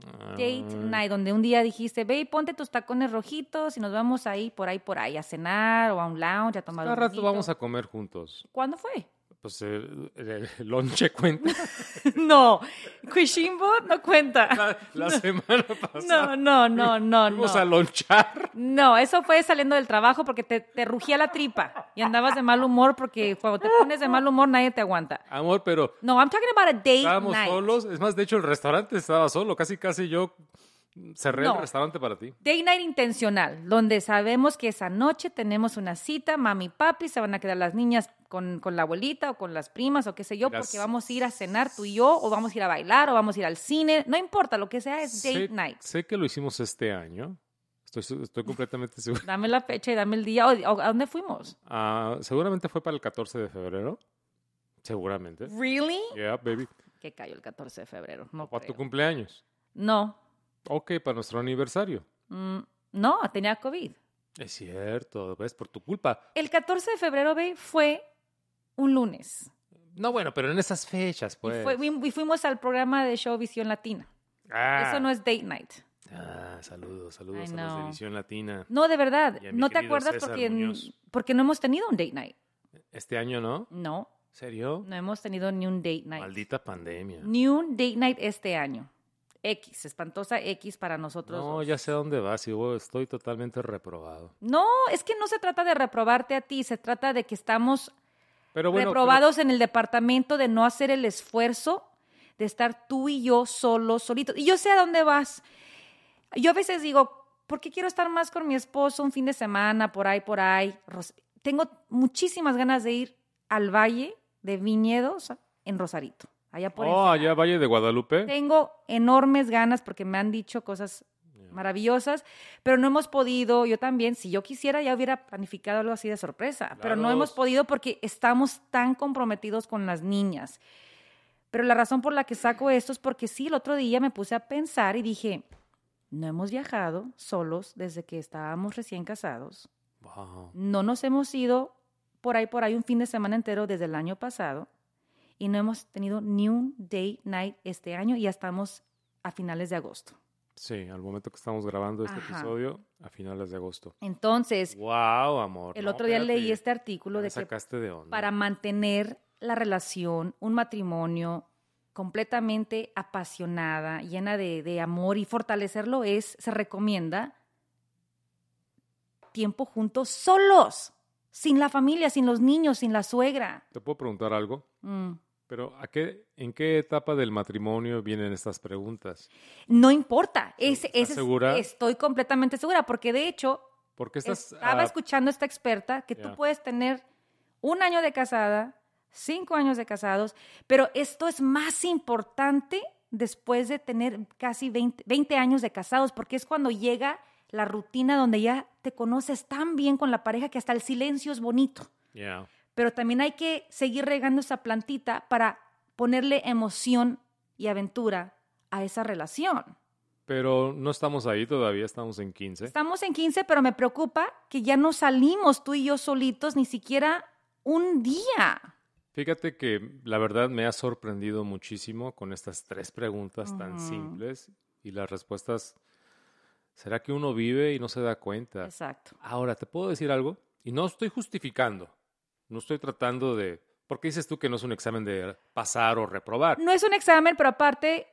Speaker 1: Ah,
Speaker 2: Date night, donde un día dijiste, ve y ponte tus tacones rojitos y nos vamos ahí, por ahí, por ahí, a cenar o a un lounge, a tomar
Speaker 1: Ah, Cada
Speaker 2: un
Speaker 1: rato vamos
Speaker 2: vinito.
Speaker 1: a comer juntos.
Speaker 2: ¿Cuándo fue?
Speaker 1: Pues eh, el, el lonche cuenta
Speaker 2: no, Quishimbo no cuenta.
Speaker 1: la, la semana pasada.
Speaker 2: No, no, no, no,
Speaker 1: Fuimos
Speaker 2: no.
Speaker 1: a lonchar.
Speaker 2: No, eso fue saliendo del trabajo porque te, te rugía la tripa y andabas de mal humor porque cuando te pones de mal humor nadie te aguanta.
Speaker 1: Amor, pero
Speaker 2: No, I'm talking about a date
Speaker 1: estábamos
Speaker 2: night.
Speaker 1: solos. Es más, de hecho, el restaurante estaba solo. Casi, casi yo cerré
Speaker 2: No.
Speaker 1: el restaurante para ti.
Speaker 2: Day night intencional, donde sabemos que esa noche tenemos una cita, mami y papi, se van a quedar las niñas con, con la abuelita o con las primas o qué sé yo,
Speaker 1: Mira,
Speaker 2: porque vamos a ir a cenar tú y yo, o vamos a ir a bailar, o vamos a ir al cine, no importa, lo que sea es date
Speaker 1: sé,
Speaker 2: night.
Speaker 1: sé que lo hicimos este año. Estoy, estoy completamente seguro.
Speaker 2: Dame la fecha y dame el día, o, o- ¿a dónde fuimos?
Speaker 1: Ah, seguramente fue para el 14 de febrero. Seguramente.
Speaker 2: ¿Really?
Speaker 1: Yeah, baby.
Speaker 2: Que cayó el 14 de febrero, no
Speaker 1: Para tu
Speaker 2: creo.
Speaker 1: cumpleaños.
Speaker 2: No,
Speaker 1: Ok, para nuestro aniversario.
Speaker 2: mm, no, tenía COVID.
Speaker 1: Es cierto, ves, por tu culpa.
Speaker 2: El 14 de febrero, babe, fue un lunes.
Speaker 1: No, bueno, pero en esas fechas,
Speaker 2: Y
Speaker 1: pues.
Speaker 2: fue- y fuimos al programa de show Visión Latina.
Speaker 1: Ah.
Speaker 2: Eso no es date night.
Speaker 1: Ah, saludos,
Speaker 2: I
Speaker 1: saludos a los de
Speaker 2: know.
Speaker 1: Visión Latina.
Speaker 2: No, de verdad.
Speaker 1: Y a mi
Speaker 2: ¿No te
Speaker 1: querido
Speaker 2: acuerdas
Speaker 1: César
Speaker 2: porque,
Speaker 1: Muñoz.
Speaker 2: porque no hemos tenido un date night?
Speaker 1: Este año, ¿no?
Speaker 2: No,
Speaker 1: ¿Serio?
Speaker 2: no hemos tenido ni un date night.
Speaker 1: Maldita pandemia.
Speaker 2: Ni un date night este año. X, espantosa X para nosotros.
Speaker 1: No,
Speaker 2: dos.
Speaker 1: ya sé a dónde vas, y bueno, estoy totalmente reprobado.
Speaker 2: No, es que no se trata de reprobarte a ti, se trata de que estamos
Speaker 1: Pero bueno,
Speaker 2: reprobados en el departamento de no hacer el esfuerzo de estar tú y yo solos, solitos. Y yo sé a dónde vas. Yo a veces digo, ¿por qué quiero estar más con mi esposo un fin de semana, por ahí, por ahí? Ros- Tengo muchísimas ganas de ir al Valle de Viñedos en Rosarito, allá por
Speaker 1: pero- oh,
Speaker 2: Ensenada.
Speaker 1: allá Valle de Guadalupe.
Speaker 2: Tengo enormes ganas porque me han dicho cosas maravillosas, pero no hemos podido, yo también, si yo quisiera ya hubiera planificado algo así de sorpresa, pero no
Speaker 1: Claro.
Speaker 2: hemos podido porque estamos tan comprometidos con las niñas. Pero la razón por la que saco esto es porque sí, el otro día me puse a pensar y dije, no hemos viajado solos desde que estábamos recién casados,
Speaker 1: Wow.
Speaker 2: no nos hemos ido por ahí, por ahí un fin de semana entero desde el año pasado y no hemos tenido ni un day night este año y ya estamos a finales de agosto.
Speaker 1: Sí, al momento que estamos grabando este
Speaker 2: Ajá.
Speaker 1: episodio, a finales de agosto.
Speaker 2: Entonces,
Speaker 1: Wow, amor.
Speaker 2: el
Speaker 1: no,
Speaker 2: otro día
Speaker 1: espérate,
Speaker 2: leí este
Speaker 1: ya
Speaker 2: artículo
Speaker 1: me
Speaker 2: de que
Speaker 1: sacaste de onda.
Speaker 2: para mantener la relación, un matrimonio completamente apasionada, llena de, de amor y fortalecerlo es, se recomienda tiempo juntos solos, sin la familia, sin los niños, sin la suegra.
Speaker 1: ¿Te puedo preguntar algo?
Speaker 2: Mm.
Speaker 1: Pero ¿a qué, ¿en qué etapa del matrimonio vienen estas preguntas?
Speaker 2: No importa, ese,
Speaker 1: ¿Estás
Speaker 2: ese es-
Speaker 1: segura?
Speaker 2: estoy completamente segura, porque de hecho
Speaker 1: Porque estas...
Speaker 2: Estaba
Speaker 1: ah,
Speaker 2: escuchando a esta experta que
Speaker 1: ya.
Speaker 2: tú puedes tener un año de casada, cinco años de casados, pero esto es más importante después de tener casi 20, 20 años de casados, porque es cuando llega la rutina donde ya te conoces tan bien con la pareja que hasta el silencio es bonito.
Speaker 1: yeah.
Speaker 2: Pero también hay que seguir regando esa plantita para ponerle emoción y aventura a esa relación.
Speaker 1: Pero no estamos ahí todavía, estamos en 15.
Speaker 2: Estamos en 15, pero me preocupa que ya no salimos tú y yo solitos ni siquiera un día.
Speaker 1: Fíjate que la verdad me ha sorprendido muchísimo con estas tres preguntas tan
Speaker 2: Ujú.
Speaker 1: simples y las respuestas. ¿Será que uno vive y no se da cuenta?
Speaker 2: Exacto.
Speaker 1: Ahora, ¿te puedo decir algo? Y no estoy justificando, no estoy tratando de... Porque dices tú que no es un examen de pasar o reprobar.
Speaker 2: No es un examen, pero aparte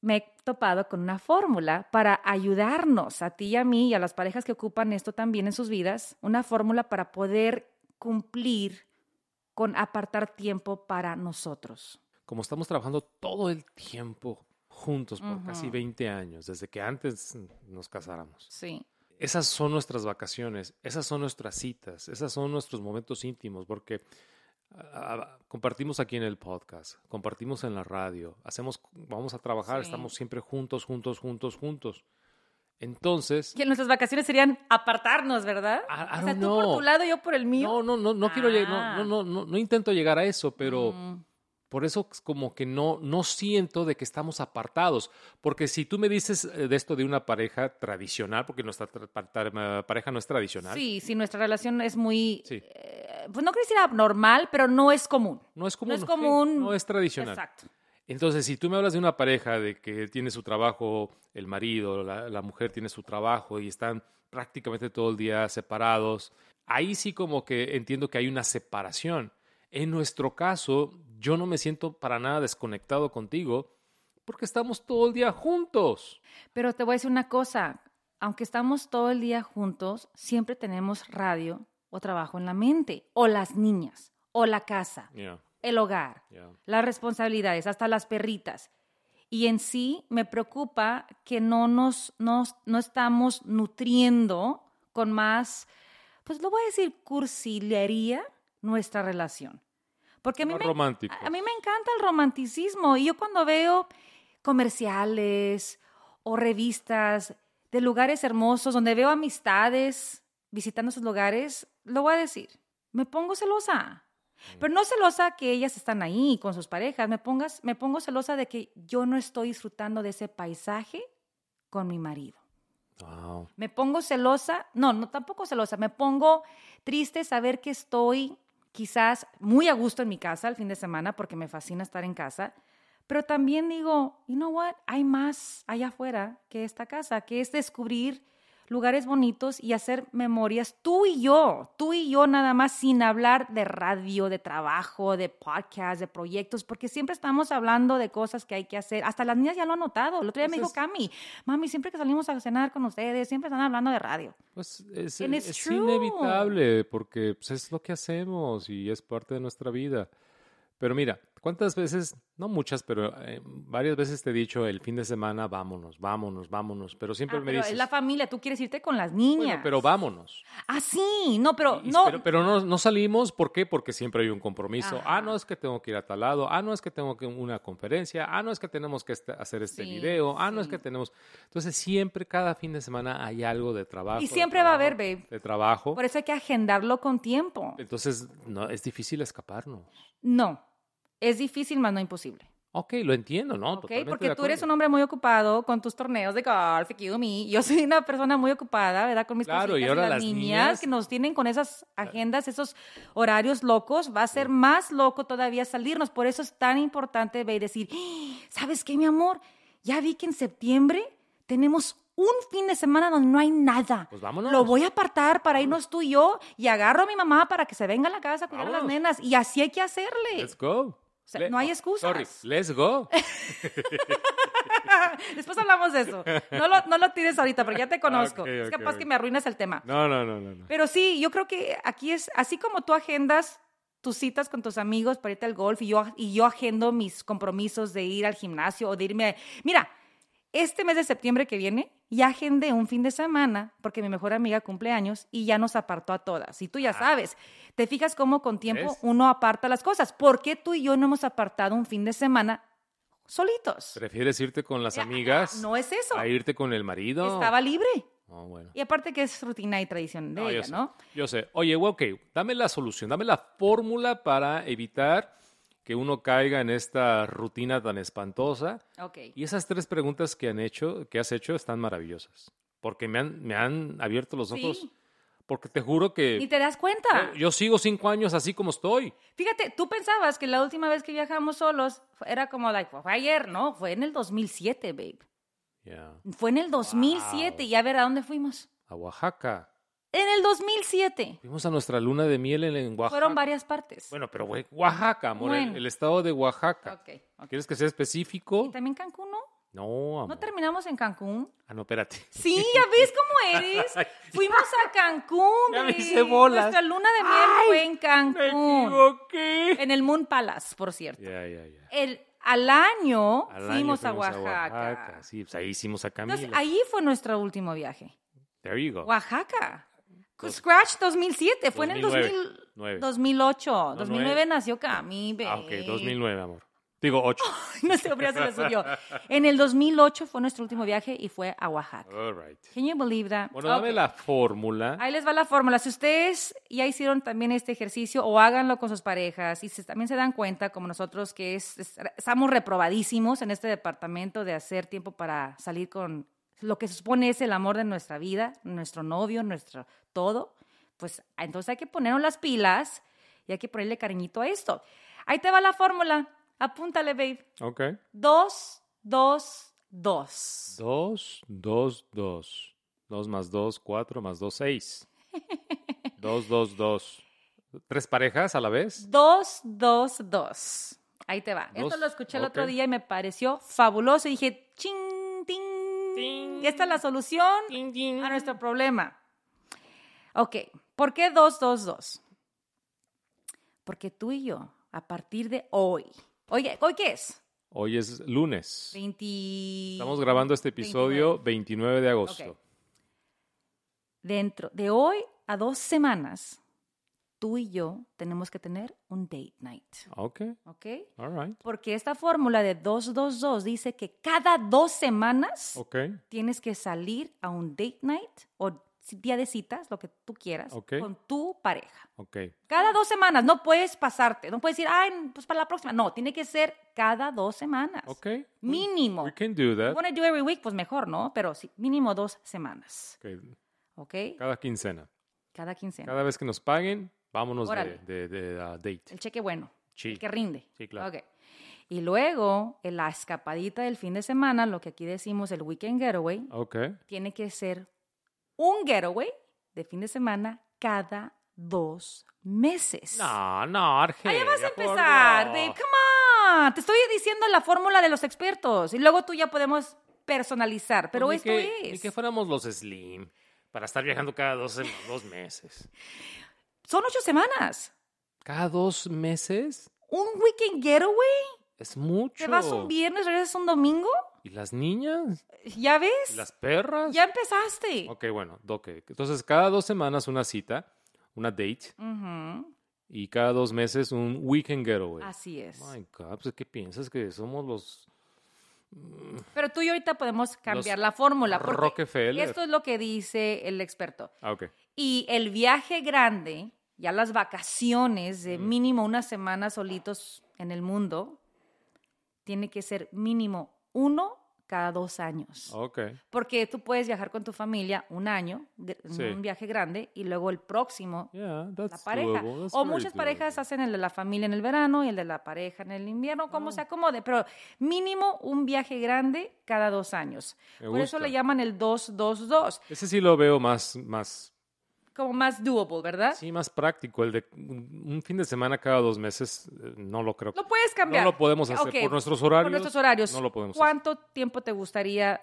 Speaker 2: me he topado con una fórmula para ayudarnos a ti y a mí y a las parejas que ocupan esto también en sus vidas, una fórmula para poder cumplir con apartar tiempo para nosotros.
Speaker 1: Como estamos trabajando todo el tiempo juntos por casi
Speaker 2: Ujú.
Speaker 1: 20 años, desde que antes nos casáramos.
Speaker 2: Sí.
Speaker 1: Esas son nuestras vacaciones, esas son nuestras citas, esas son nuestros momentos íntimos, porque ah, compartimos aquí en el podcast, compartimos en la radio, hacemos, vamos a trabajar,
Speaker 2: Sí.
Speaker 1: estamos siempre juntos, juntos, juntos, juntos. Entonces,
Speaker 2: Que nuestras vacaciones serían apartarnos, ¿verdad?
Speaker 1: I- I
Speaker 2: o sea,
Speaker 1: don't
Speaker 2: tú por
Speaker 1: know.
Speaker 2: tu lado, yo por el mío.
Speaker 1: Ah, no, no, no, no quiero llegar,
Speaker 2: Ah.
Speaker 1: no, no, no, no intento llegar a eso, pero
Speaker 2: Mm,
Speaker 1: por eso es como que no, no siento de que estamos apartados, porque si tú me dices eh, de esto de una pareja tradicional, porque nuestra tra- pa- tra- pareja no es tradicional,
Speaker 2: Sí, sí, nuestra relación es muy.
Speaker 1: Sí.
Speaker 2: eh, pues no quiero decir abnormal, pero no es común.
Speaker 1: no es común,
Speaker 2: es
Speaker 1: sí,
Speaker 2: común.
Speaker 1: no es tradicional.
Speaker 2: Exacto.
Speaker 1: Entonces, si tú me hablas de una pareja de que tiene su trabajo, el marido, la, la mujer tiene su trabajo y están prácticamente todo el día separados, ahí sí como que entiendo que hay una separación. En nuestro caso, yo no me siento para nada desconectado contigo porque estamos todo el día juntos.
Speaker 2: Pero te voy a decir una cosa. Aunque estamos todo el día juntos, siempre tenemos radio o trabajo en la mente. O las niñas, o la casa,
Speaker 1: Ya,
Speaker 2: el hogar,
Speaker 1: ya.
Speaker 2: las responsabilidades, hasta las perritas. Y en sí me preocupa que no nos, nos- no estamos nutriendo con más, pues lo voy a decir, cursilería nuestra relación. Porque a mí,
Speaker 1: Más
Speaker 2: me,
Speaker 1: romántico.
Speaker 2: a- a mí me encanta el romanticismo y yo cuando veo comerciales o revistas de lugares hermosos, donde veo amistades visitando esos lugares, lo voy a decir, me pongo celosa. Pero no celosa que ellas están ahí con sus parejas, me, pongas, me pongo celosa de que yo no estoy disfrutando de ese paisaje con mi marido.
Speaker 1: Wow.
Speaker 2: Me pongo celosa, no, no tampoco celosa, me pongo triste saber que estoy quizás muy a gusto en mi casa el fin de semana porque me fascina estar en casa, pero también digo, you know what, hay más allá afuera que esta casa, que es descubrir lugares bonitos y hacer memorias tú y yo, tú y yo nada más sin hablar de radio, de trabajo, de podcast, de proyectos, porque siempre estamos hablando de cosas que hay que hacer. Hasta las niñas ya lo han notado. El otro día me dijo
Speaker 1: Entonces-
Speaker 2: Cami, mami, siempre que salimos a cenar con ustedes, siempre están hablando de radio.
Speaker 1: Pues es,
Speaker 2: And it's
Speaker 1: es
Speaker 2: true.
Speaker 1: inevitable porque pues, es lo que hacemos y es parte de nuestra vida. Pero mira, ¿cuántas veces, no muchas, pero eh, varias veces te he dicho el fin de semana vámonos, vámonos, vámonos, pero siempre
Speaker 2: Ah,
Speaker 1: me
Speaker 2: pero
Speaker 1: dices,
Speaker 2: es la familia, tú quieres irte con las
Speaker 1: "Bueno,
Speaker 2: niñas.
Speaker 1: pero vámonos.
Speaker 2: Ah, sí, no, pero
Speaker 1: Y-
Speaker 2: no.
Speaker 1: Pero, pero no, no salimos, ¿por qué? Porque siempre hay un compromiso. Ah,
Speaker 2: Ajá.
Speaker 1: no es que tengo que ir a tal lado, ah, no es que tengo que una conferencia, ah, no es que tenemos que esta- hacer este
Speaker 2: Sí,
Speaker 1: video, ah, no es
Speaker 2: sí.
Speaker 1: que tenemos... Entonces siempre, cada fin de semana hay algo de trabajo. de
Speaker 2: siempre va a haber,
Speaker 1: trabajo,
Speaker 2: babe.
Speaker 1: De trabajo.
Speaker 2: Por eso hay que agendarlo con tiempo.
Speaker 1: Entonces, no, es difícil escaparnos.
Speaker 2: No, es difícil, más no imposible.
Speaker 1: Ok, lo entiendo, ¿no?
Speaker 2: ¿ok?
Speaker 1: Totalmente
Speaker 2: Porque
Speaker 1: de
Speaker 2: tú eres un
Speaker 1: acuerdo.
Speaker 2: hombre muy ocupado con tus torneos de golf, y me. Yo soy una persona muy ocupada, ¿verdad? Con mis
Speaker 1: Claro, y
Speaker 2: cositas
Speaker 1: ahora
Speaker 2: las,
Speaker 1: las
Speaker 2: niñas,
Speaker 1: niñas-
Speaker 2: que nos tienen con esas agendas, esos horarios locos. Va a ser más loco todavía salirnos. Por eso es tan importante ve y decir, "Ah, ¿sabes qué, mi amor? Ya vi que en septiembre tenemos un fin de semana donde no hay nada.
Speaker 1: Pues vámonos.
Speaker 2: Lo voy a apartar para irnos tú y yo y agarro a mi mamá para que se venga a la casa a cuidar a las
Speaker 1: Vámonos.
Speaker 2: nenas. Y así hay que hacerle.
Speaker 1: Let's go.
Speaker 2: sea, no hay
Speaker 1: oh,
Speaker 2: excusas.
Speaker 1: Sorry, let's go.
Speaker 2: Después hablamos de eso. No lo, no lo tires ahorita porque ya te conozco.
Speaker 1: ok,
Speaker 2: es
Speaker 1: ok,
Speaker 2: capaz
Speaker 1: ok.
Speaker 2: que me arruinas el tema.
Speaker 1: No, no, no, no. no.
Speaker 2: Pero sí, yo creo que aquí es, así como tú agendas tus citas con tus amigos para irte al golf y yo, y yo agendo mis compromisos de ir al gimnasio o de irme... Mira, este mes de septiembre que viene ya agendé un fin de semana porque mi mejor amiga cumple años y ya nos apartó a todas. Y tú ya sabes, te fijas cómo con tiempo
Speaker 1: Ah. ¿Ves?
Speaker 2: uno aparta las cosas. ¿Por qué tú y yo no hemos apartado un fin de semana solitos?
Speaker 1: ¿Prefieres irte con las
Speaker 2: Ya,
Speaker 1: amigas
Speaker 2: Ah, No es eso.
Speaker 1: a irte con el marido?
Speaker 2: Estaba libre.
Speaker 1: Oh, bueno.
Speaker 2: Y aparte que es rutina y tradición de
Speaker 1: No, yo
Speaker 2: ella,
Speaker 1: sé,
Speaker 2: ¿no?
Speaker 1: Yo sé. Oye, ok, dame la solución, dame la fórmula para evitar que uno caiga en esta rutina tan espantosa.
Speaker 2: Ok.
Speaker 1: Y esas tres preguntas que han hecho, que has hecho, están maravillosas. Porque me han, me han abierto los ojos.
Speaker 2: Sí.
Speaker 1: Porque te juro que...
Speaker 2: Ni te das
Speaker 1: Yo,
Speaker 2: cuenta.
Speaker 1: yo sigo cinco años así como estoy.
Speaker 2: Fíjate, tú pensabas que la última vez que viajamos solos fue- era como, like, fue ayer, ¿no? Fue en el 2007, babe. Fue en el 2007 y a ver, ¿a dónde fuimos?
Speaker 1: A Oaxaca.
Speaker 2: En el 2007.
Speaker 1: Fuimos a nuestra luna de miel en, en Oaxaca.
Speaker 2: Fueron varias partes.
Speaker 1: Bueno, pero güey, Oaxaca, amor, el-
Speaker 2: Bueno.
Speaker 1: el, estado de Oaxaca.
Speaker 2: Ok, ok.
Speaker 1: ¿Quieres que sea específico?
Speaker 2: Y también Cancún, ¿no?
Speaker 1: No, amor.
Speaker 2: ¿No terminamos en Cancún?
Speaker 1: Ah, no, espérate.
Speaker 2: Sí, ya ves cómo eres. Fuimos a Cancún.
Speaker 1: Ya me hice
Speaker 2: babe.
Speaker 1: bolas.
Speaker 2: Nuestra luna de miel fue en Cancún.
Speaker 1: equivoqué.
Speaker 2: En el Moon Palace, por cierto.
Speaker 1: Ya, ya, ya.
Speaker 2: El, al año
Speaker 1: Al año
Speaker 2: fuimos, a Oaxaca.
Speaker 1: Sí, pues ahí hicimos a Camila.
Speaker 2: Entonces, ahí fue nuestro último viaje.
Speaker 1: Oh. There you go.
Speaker 2: Oaxaca. Pues Scratch 2007, fue en el 2000,
Speaker 1: 2009.
Speaker 2: 2008.
Speaker 1: No,
Speaker 2: 2009
Speaker 1: nueve.
Speaker 2: nació Camibe.
Speaker 1: Ah, ok, 2009, amor. Digo, 8.
Speaker 2: no sé, Obrea se le subió. En el 2008 fue nuestro último viaje y fue a Oaxaca.
Speaker 1: All right.
Speaker 2: Can you believe that?
Speaker 1: Oh. Bueno, dame
Speaker 2: Ok.
Speaker 1: la fórmula.
Speaker 2: Ahí les va la fórmula. Si ustedes ya hicieron también este ejercicio o háganlo con sus parejas y si también se dan cuenta, como nosotros, que es- es- estamos reprobadísimos en este departamento de hacer tiempo para salir con lo que se supone es el amor de nuestra vida, nuestro novio, nuestro todo, pues entonces hay que ponernos las pilas y hay que ponerle cariñito a esto. Ahí te va la fórmula. Apúntale, babe.
Speaker 1: Ok.
Speaker 2: Dos, dos, dos.
Speaker 1: 2, 2, 2. 2 más 2, 4 más 2, 6. 2, 2, 2. ¿Tres parejas a la vez?
Speaker 2: 222. Ahí te va. Esto
Speaker 1: Dos,
Speaker 2: lo escuché el otro
Speaker 1: ok.
Speaker 2: día y me pareció fabuloso. Y dije, ching, ting.
Speaker 1: Ting.
Speaker 2: Esta es la solución a nuestro problema. Ok, ¿por qué 222? Porque tú y yo, a partir de hoy. Oye, ¿hoy qué es?
Speaker 1: Hoy es lunes.
Speaker 2: 20.
Speaker 1: Estamos grabando este episodio 29 de agosto.
Speaker 2: Ok. Dentro de hoy a dos semanas, tú y yo tenemos que tener un date night.
Speaker 1: Ok.
Speaker 2: ¿Ok?
Speaker 1: All right.
Speaker 2: Porque esta fórmula de 222 dice que cada dos semanas
Speaker 1: Ok.
Speaker 2: tienes que salir a un date night o si- día de citas, lo que tú quieras,
Speaker 1: Ok.
Speaker 2: con tu pareja.
Speaker 1: Ok.
Speaker 2: Cada dos semanas, no puedes pasarte, no puedes decir, ay, pues para la próxima. No, tiene que ser cada dos semanas.
Speaker 1: Ok.
Speaker 2: Mínimo.
Speaker 1: We can do that.
Speaker 2: want to do every week, pues mejor, ¿no? Pero sí, mínimo dos semanas,
Speaker 1: Ok.
Speaker 2: ¿ok?
Speaker 1: Cada quincena.
Speaker 2: Cada quincena.
Speaker 1: Cada vez que nos paguen, vámonos de,
Speaker 2: Órale.
Speaker 1: de, de, ah, date.
Speaker 2: El cheque bueno.
Speaker 1: Sí.
Speaker 2: El que rinde.
Speaker 1: Sí, claro.
Speaker 2: Ok. Y luego, en la escapadita del fin de semana, lo que aquí decimos el weekend getaway,
Speaker 1: Ok.
Speaker 2: tiene que ser un getaway de fin de semana cada dos meses.
Speaker 1: No, no, Argel.
Speaker 2: Ya vas a
Speaker 1: por
Speaker 2: empezar,
Speaker 1: no.
Speaker 2: babe. Come on. Te estoy diciendo la fórmula de los expertos y luego tú ya podemos personalizar. Pero
Speaker 1: Pues Ni
Speaker 2: esto
Speaker 1: que- Ni
Speaker 2: es.
Speaker 1: que fuéramos los Slim para estar viajando cada dos, sema- dos meses.
Speaker 2: Son ocho semanas.
Speaker 1: ¿Cada dos meses?
Speaker 2: Un weekend getaway.
Speaker 1: Es mucho.
Speaker 2: Te vas un viernes, regresas un domingo.
Speaker 1: ¿Y las niñas?
Speaker 2: ¿Ya
Speaker 1: ¿Y
Speaker 2: ves?
Speaker 1: las perras?
Speaker 2: Ya empezaste.
Speaker 1: Ok, bueno, ok. Entonces, cada dos semanas una cita, una date,
Speaker 2: Ujú.
Speaker 1: y cada dos meses un weekend getaway.
Speaker 2: Así es.
Speaker 1: Pues, My God, pues, ¿qué piensas? ¿Que somos los
Speaker 2: Pero tú y yo ahorita podemos cambiar
Speaker 1: Los
Speaker 2: la fórmula. porque
Speaker 1: Rockefeller?
Speaker 2: Esto es lo que dice el experto.
Speaker 1: Ah, ok.
Speaker 2: Y el viaje grande, ya las vacaciones
Speaker 1: Mm.
Speaker 2: de mínimo una semana solitos en el mundo, tiene que ser mínimo uno cada dos años.
Speaker 1: Ok.
Speaker 2: Porque tú puedes viajar con tu familia un año, gr- en
Speaker 1: Sí.
Speaker 2: un viaje grande, y luego el próximo,
Speaker 1: Yeah,
Speaker 2: la
Speaker 1: that's
Speaker 2: pareja.
Speaker 1: doable, that's
Speaker 2: o
Speaker 1: very
Speaker 2: muchas parejas
Speaker 1: doable.
Speaker 2: hacen el de la familia en el verano y el de la pareja en el invierno,
Speaker 1: Ah.
Speaker 2: como se acomode. Pero mínimo un viaje grande cada dos años.
Speaker 1: Me
Speaker 2: Por eso
Speaker 1: gusta.
Speaker 2: le llaman el 222,
Speaker 1: Ese sí lo veo más, más,
Speaker 2: como más doable, ¿verdad?
Speaker 1: sí, más práctico. El de un un fin de semana cada dos meses, eh, no lo creo.
Speaker 2: Lo puedes cambiar.
Speaker 1: No lo podemos hacer
Speaker 2: Ok,
Speaker 1: por nuestros horarios.
Speaker 2: Por nuestros horarios.
Speaker 1: No lo podemos hacer.
Speaker 2: ¿Cuánto tiempo te gustaría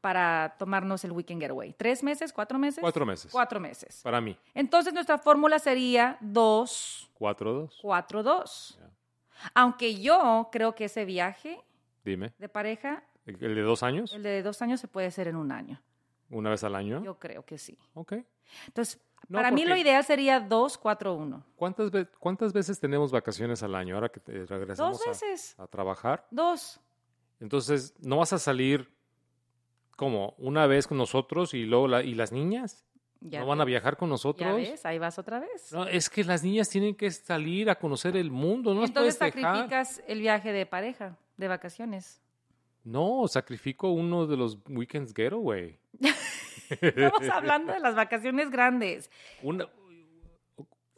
Speaker 2: para tomarnos el weekend getaway? ¿Tres meses? ¿Cuatro meses?
Speaker 1: Cuatro meses.
Speaker 2: Cuatro meses.
Speaker 1: Para mí,
Speaker 2: Entonces nuestra fórmula sería 2,
Speaker 1: cuatro, dos.
Speaker 2: 4, 2.
Speaker 1: Ya.
Speaker 2: Aunque yo creo que ese viaje
Speaker 1: Dime.
Speaker 2: de pareja,
Speaker 1: ¿El de dos años?
Speaker 2: el de dos años se puede hacer en un año.
Speaker 1: ¿Una vez al año?
Speaker 2: Yo creo que sí.
Speaker 1: Ok.
Speaker 2: Entonces,
Speaker 1: No,
Speaker 2: para mí lo
Speaker 1: porque-
Speaker 2: ideal sería 2, 4, 1.
Speaker 1: ¿Cuántas, ve- ¿Cuántas veces tenemos vacaciones al año ahora que te- regresamos
Speaker 2: Dos
Speaker 1: a-
Speaker 2: veces.
Speaker 1: A, trabajar?
Speaker 2: Dos.
Speaker 1: Entonces, ¿no vas a salir como una vez con nosotros y luego la- y las niñas?
Speaker 2: Ya
Speaker 1: ¿No van a
Speaker 2: ves,
Speaker 1: viajar con nosotros?
Speaker 2: Ya ves, ahí vas otra vez.
Speaker 1: No, es que las niñas tienen que salir a conocer el mundo, no
Speaker 2: Entonces
Speaker 1: las puedes dejar.
Speaker 2: sacrificas el viaje de pareja, de vacaciones.
Speaker 1: No, sacrifico uno de los weekends getaway.
Speaker 2: Estamos hablando de las vacaciones grandes.
Speaker 1: Una,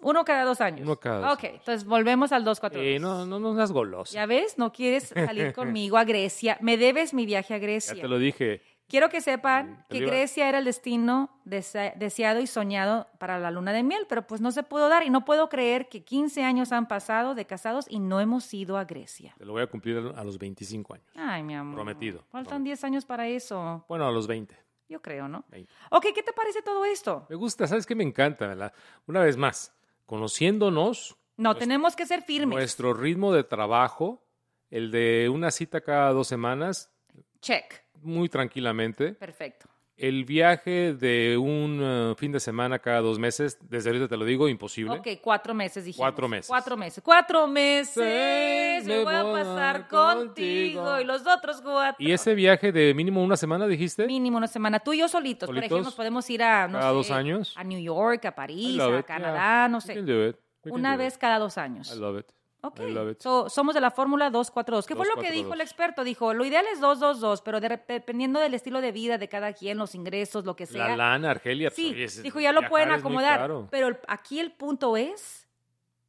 Speaker 2: Uno cada dos años.
Speaker 1: Uno cada dos
Speaker 2: Ok, entonces volvemos al 2, 4,
Speaker 1: eh, no, no, no seas golosa.
Speaker 2: Ya ves, no quieres salir conmigo a Grecia. Me debes mi viaje a Grecia.
Speaker 1: Ya te lo dije.
Speaker 2: Quiero que sepan
Speaker 1: Mm, te
Speaker 2: que
Speaker 1: lo iba-
Speaker 2: Grecia era el destino dese- deseado y soñado para la luna de miel, pero pues no se pudo dar y no puedo creer que 15 años han pasado de casados y no hemos ido a Grecia.
Speaker 1: Te lo voy a cumplir a los 25 años.
Speaker 2: Ay, mi amor.
Speaker 1: Prometido,
Speaker 2: Faltan
Speaker 1: prometido.
Speaker 2: 10 años para eso.
Speaker 1: Bueno, a los 20.
Speaker 2: Yo creo, ¿no?
Speaker 1: 20.
Speaker 2: Ok, ¿qué te parece todo esto?
Speaker 1: Me gusta, ¿sabes qué? Me encanta, ¿verdad? Una vez más, conociéndonos,
Speaker 2: No, tenemos que ser firmes.
Speaker 1: nuestro ritmo de trabajo, el de una cita cada dos semanas,
Speaker 2: Check.
Speaker 1: muy tranquilamente,
Speaker 2: Perfecto.
Speaker 1: El viaje de un eh, fin de semana cada dos meses, desde ahorita te lo digo, imposible.
Speaker 2: Ok, cuatro meses dijimos.
Speaker 1: Cuatro meses.
Speaker 2: Cuatro meses. Cuatro meses.
Speaker 1: Sí,
Speaker 2: me voy a pasar contigo. y los otros cuatro.
Speaker 1: ¿Y ese viaje de mínimo una semana, dijiste?
Speaker 2: Mínimo una semana. Tú y yo solitos. Por ejemplo,
Speaker 1: Solitos.
Speaker 2: nos podemos ir a. No
Speaker 1: Cada
Speaker 2: sé,
Speaker 1: dos años.
Speaker 2: A New York, a París,
Speaker 1: I love
Speaker 2: a
Speaker 1: it,
Speaker 2: Canadá,
Speaker 1: yeah.
Speaker 2: no
Speaker 1: We can
Speaker 2: sé.
Speaker 1: do it. We can
Speaker 2: Una
Speaker 1: do
Speaker 2: vez
Speaker 1: it.
Speaker 2: cada dos años.
Speaker 1: I love it.
Speaker 2: Ok,
Speaker 1: I love it.
Speaker 2: so, somos de la fórmula 242. ¿Qué fue lo que
Speaker 1: 2-4-2.
Speaker 2: dijo el experto? Dijo, lo ideal es 222, pero de rep- dependiendo del estilo de vida de cada quien, los ingresos, lo que sea.
Speaker 1: La lana, Argelia. pues,
Speaker 2: sí,
Speaker 1: oye, es-
Speaker 2: dijo, ya lo
Speaker 1: viajar
Speaker 2: pueden
Speaker 1: es muy
Speaker 2: acomodar.
Speaker 1: caro.
Speaker 2: Pero el- aquí el punto es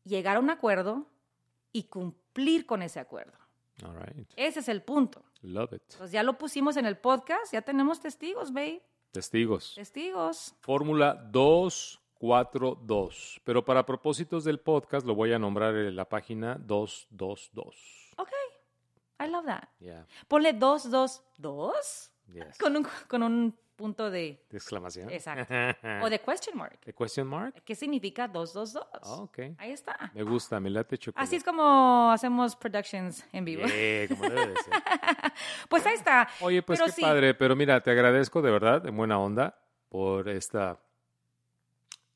Speaker 2: llegar a un acuerdo y cumplir con ese acuerdo.
Speaker 1: All right.
Speaker 2: Ese es el punto.
Speaker 1: Love it.
Speaker 2: Entonces ya lo pusimos en el podcast, ya tenemos testigos, babe.
Speaker 1: Testigos.
Speaker 2: Testigos.
Speaker 1: Fórmula 242. Pero para propósitos del podcast lo voy a nombrar en la página 222.
Speaker 2: Ok, I love that.
Speaker 1: Ya.
Speaker 2: Ponle 222
Speaker 1: Yes.
Speaker 2: con un, con un punto de...
Speaker 1: De exclamación.
Speaker 2: Exacto.
Speaker 1: Ah.
Speaker 2: O de question mark.
Speaker 1: ¿De question mark?
Speaker 2: ¿Qué significa 222?
Speaker 1: Ah, ok.
Speaker 2: Ahí está.
Speaker 1: Me gusta, me late chocolate.
Speaker 2: Así es como hacemos productions en vivo.
Speaker 1: Yeah, como debe de ser.
Speaker 2: Pues ahí está.
Speaker 1: Oye, pues
Speaker 2: Pero
Speaker 1: qué
Speaker 2: sí.
Speaker 1: padre, pero mira, te agradezco de verdad, en buena onda, por esta,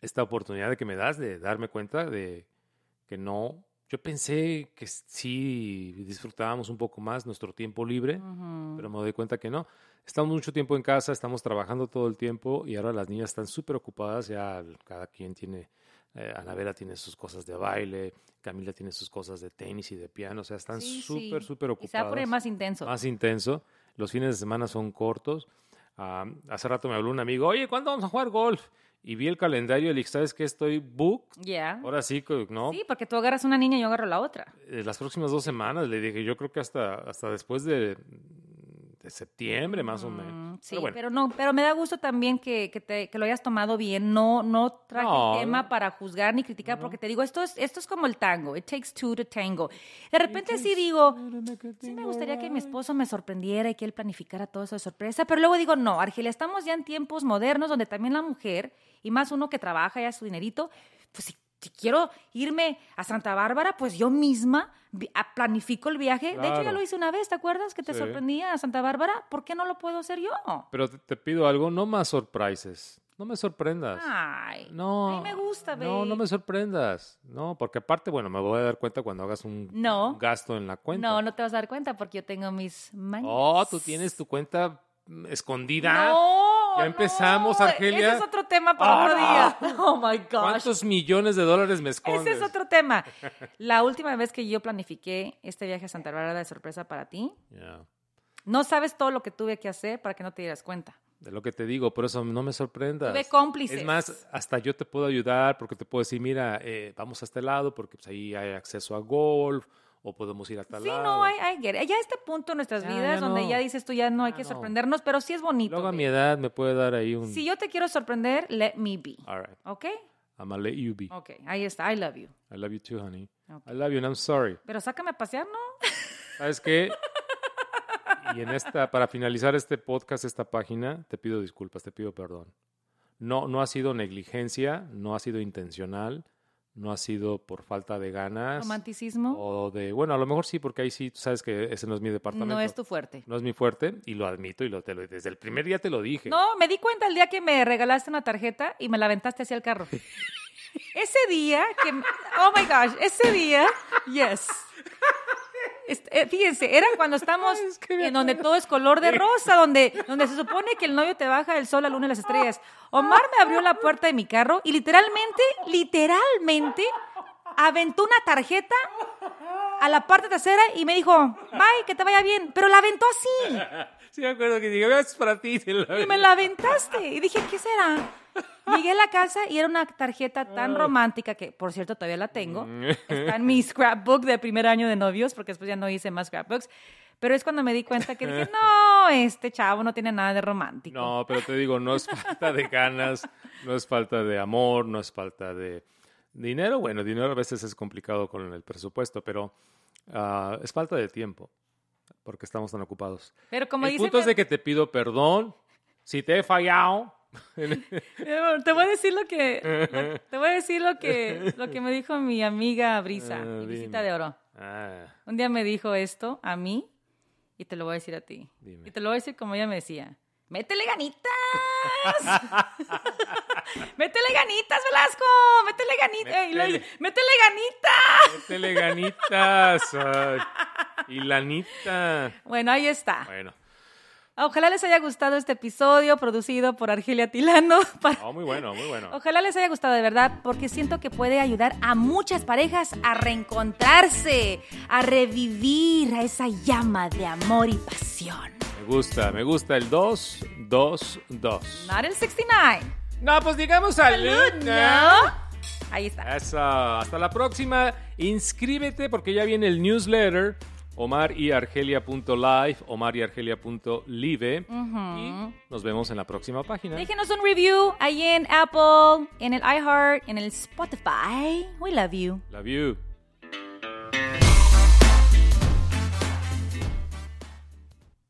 Speaker 1: esta oportunidad que me das de darme cuenta de que no. Yo pensé que sí disfrutábamos un poco más nuestro tiempo libre,
Speaker 2: Ujú.
Speaker 1: pero me doy cuenta que no. Estamos mucho tiempo en casa, estamos trabajando todo el tiempo y ahora las niñas están súper ocupadas, ya cada quien tiene, eh, Anabela tiene sus cosas de baile, Camila tiene sus cosas de tenis y de piano, o sea, están
Speaker 2: Sí, sí.
Speaker 1: súper, súper
Speaker 2: Y
Speaker 1: ocupadas
Speaker 2: se va a poner más intenso.
Speaker 1: más intenso. Los fines de semana son cortos. Ah, hace rato me habló un amigo, oye, ¿cuándo vamos a jugar golf? Y vi el calendario y le dije, ¿sabes qué? Estoy booked.
Speaker 2: Ya.
Speaker 1: Ahora sí, que ¿no?
Speaker 2: Sí, porque tú agarras una niña y yo agarro la otra.
Speaker 1: Eh, Las próximas dos semanas le dije, yo creo que hasta, hasta después de, de septiembre, más o
Speaker 2: Mm,
Speaker 1: menos.
Speaker 2: Sí,
Speaker 1: Pero bueno,
Speaker 2: no, pero me da gusto también que, que te- que lo hayas tomado bien. No, no traje
Speaker 1: No,
Speaker 2: el tema
Speaker 1: no.
Speaker 2: para juzgar ni criticar, porque te digo, esto es, esto es como el tango. It takes two to tango. De repente sí digo, Sí, me gustaría que mi esposo me sorprendiera y que él planificara todo eso de sorpresa, pero luego digo, no, Argelia, estamos ya en tiempos modernos donde también la mujer, y más uno que trabaja ya su dinerito, pues si, si quiero irme a Santa Bárbara, pues yo misma vi- a- planifico el viaje. De hecho, ya
Speaker 1: Claro.
Speaker 2: lo hice una vez, ¿te acuerdas que te
Speaker 1: Sí.
Speaker 2: sorprendía a Santa Bárbara? ¿Por qué no lo puedo hacer yo?
Speaker 1: Pero te, te pido algo, no más sorprises. No me sorprendas.
Speaker 2: Ay,
Speaker 1: No.
Speaker 2: Ah, a mí me gusta,
Speaker 1: No, no
Speaker 2: babe.
Speaker 1: me sorprendas. No, porque aparte, bueno, me voy a dar cuenta cuando hagas un
Speaker 2: No.
Speaker 1: gasto en la cuenta.
Speaker 2: No, no te vas a dar cuenta porque yo tengo mis mañas.
Speaker 1: Oh, tú tienes tu cuenta mm, escondida.
Speaker 2: No,
Speaker 1: Ya empezamos,
Speaker 2: no,
Speaker 1: Argelia.
Speaker 2: Ese es otro tema para otro
Speaker 1: Ah,
Speaker 2: día. Oh my gosh.
Speaker 1: ¿Cuántos millones de dólares me escondes?
Speaker 2: Ese es otro tema. La última vez que yo planifiqué este viaje a Santa Bárbara de sorpresa para ti,
Speaker 1: Ya,
Speaker 2: no sabes todo lo que tuve que hacer para que no te dieras cuenta.
Speaker 1: De lo que te digo, por eso no me sorprendas.
Speaker 2: Tuve cómplices.
Speaker 1: Es más, hasta yo te puedo ayudar porque te puedo decir, mira, eh, vamos a este lado porque pues, ahí hay acceso a golf o podemos ir a tal
Speaker 2: Sí,
Speaker 1: lado.
Speaker 2: no, hay, Ya a este punto en nuestras
Speaker 1: Ya, ya
Speaker 2: vidas donde
Speaker 1: no.
Speaker 2: ya dices tú ya no hay
Speaker 1: Ya
Speaker 2: que
Speaker 1: no.
Speaker 2: sorprendernos, pero sí es bonito.
Speaker 1: Luego a
Speaker 2: güey.
Speaker 1: mi edad me puede dar ahí un...
Speaker 2: Si yo te quiero sorprender, let me be.
Speaker 1: All right.
Speaker 2: ¿Ok?
Speaker 1: I'm gonna let you be.
Speaker 2: Ok, ahí está. I love you.
Speaker 1: I love you too, honey.
Speaker 2: Ok.
Speaker 1: I love you and I'm sorry.
Speaker 2: Pero sácame a pasear, ¿no?
Speaker 1: ¿Sabes qué? Y en esta, para finalizar este podcast, esta página, te pido disculpas, te pido perdón. No, no ha sido negligencia, no ha sido intencional, no ha sido por falta de ganas.
Speaker 2: Romanticismo
Speaker 1: O de, bueno, a lo mejor sí, porque ahí sí, tú sabes que ese no es mi departamento.
Speaker 2: no es tu fuerte.
Speaker 1: No es mi fuerte y lo admito y lo, te lo, desde el primer día te lo dije.
Speaker 2: No, me di cuenta el día que me regalaste una tarjeta y me la aventaste hacia el carro. Ese día que... Oh, my gosh. Ese día... Yes. Est- eh, Fíjense, era cuando estamos
Speaker 1: Ay, es que me
Speaker 2: en donde
Speaker 1: acuerdo.
Speaker 2: todo es color de rosa, donde, donde se supone que el novio te baja el sol, la luna y las estrellas. Omar me abrió la puerta de mi carro y literalmente, literalmente, aventó una tarjeta a la parte trasera y me dijo, bye, que te vaya bien. Pero la aventó así.
Speaker 1: Sí, me acuerdo que dije, es para ti. te la-
Speaker 2: Y me la aventaste. Y dije, ¿qué será? Llegué a la casa y era una tarjeta tan romántica que, por cierto, todavía la tengo.
Speaker 1: Mm.
Speaker 2: Está en mi scrapbook de primer año de novios, porque después ya no hice más scrapbooks. Pero es cuando me di cuenta que dije, no, este chavo no tiene nada de romántico.
Speaker 1: No, pero te digo, no es falta de ganas, no es falta de amor, no es falta de dinero. Bueno, dinero a veces es complicado con el presupuesto, pero ah, es falta de tiempo porque estamos tan ocupados.
Speaker 2: Pero como
Speaker 1: el
Speaker 2: dice,
Speaker 1: punto es de que te pido perdón si te he fallado.
Speaker 2: eh, te voy a decir lo que, lo- te voy a decir lo que, lo que me dijo mi amiga Brisa,
Speaker 1: Ah,
Speaker 2: mi visita
Speaker 1: dime.
Speaker 2: de oro.
Speaker 1: Ah,
Speaker 2: Un día me dijo esto a mí y te lo voy a decir a ti.
Speaker 1: Dime.
Speaker 2: Y te lo voy a decir como ella me decía. Métele ganitas. métele ganitas, Velasco. Métele ganitas. Ey, lo-
Speaker 1: Métele.
Speaker 2: métele ganitas.
Speaker 1: Métele ganitas. ay, y lanita.
Speaker 2: Bueno, ahí está.
Speaker 1: ah, Bueno,
Speaker 2: Ojalá les haya gustado este episodio producido por Argelia Tilano. Para-
Speaker 1: no, muy bueno, muy bueno.
Speaker 2: Ojalá les haya gustado de verdad, porque siento que puede ayudar a muchas parejas a reencontrarse, a revivir a esa llama de amor y pasión.
Speaker 1: Me gusta, me gusta el 2, 2, 2.
Speaker 2: Not el 69.
Speaker 1: No, pues digamos salud.
Speaker 2: No. Ahí está.
Speaker 1: Eso. Hasta la próxima. Inscríbete porque ya viene el newsletter. omariargelia.live, omariargelia.live. Y nos vemos en la próxima página.
Speaker 2: Déjenos un review ahí en Apple, en el iHeart, en el Spotify. We love you.
Speaker 1: Love you.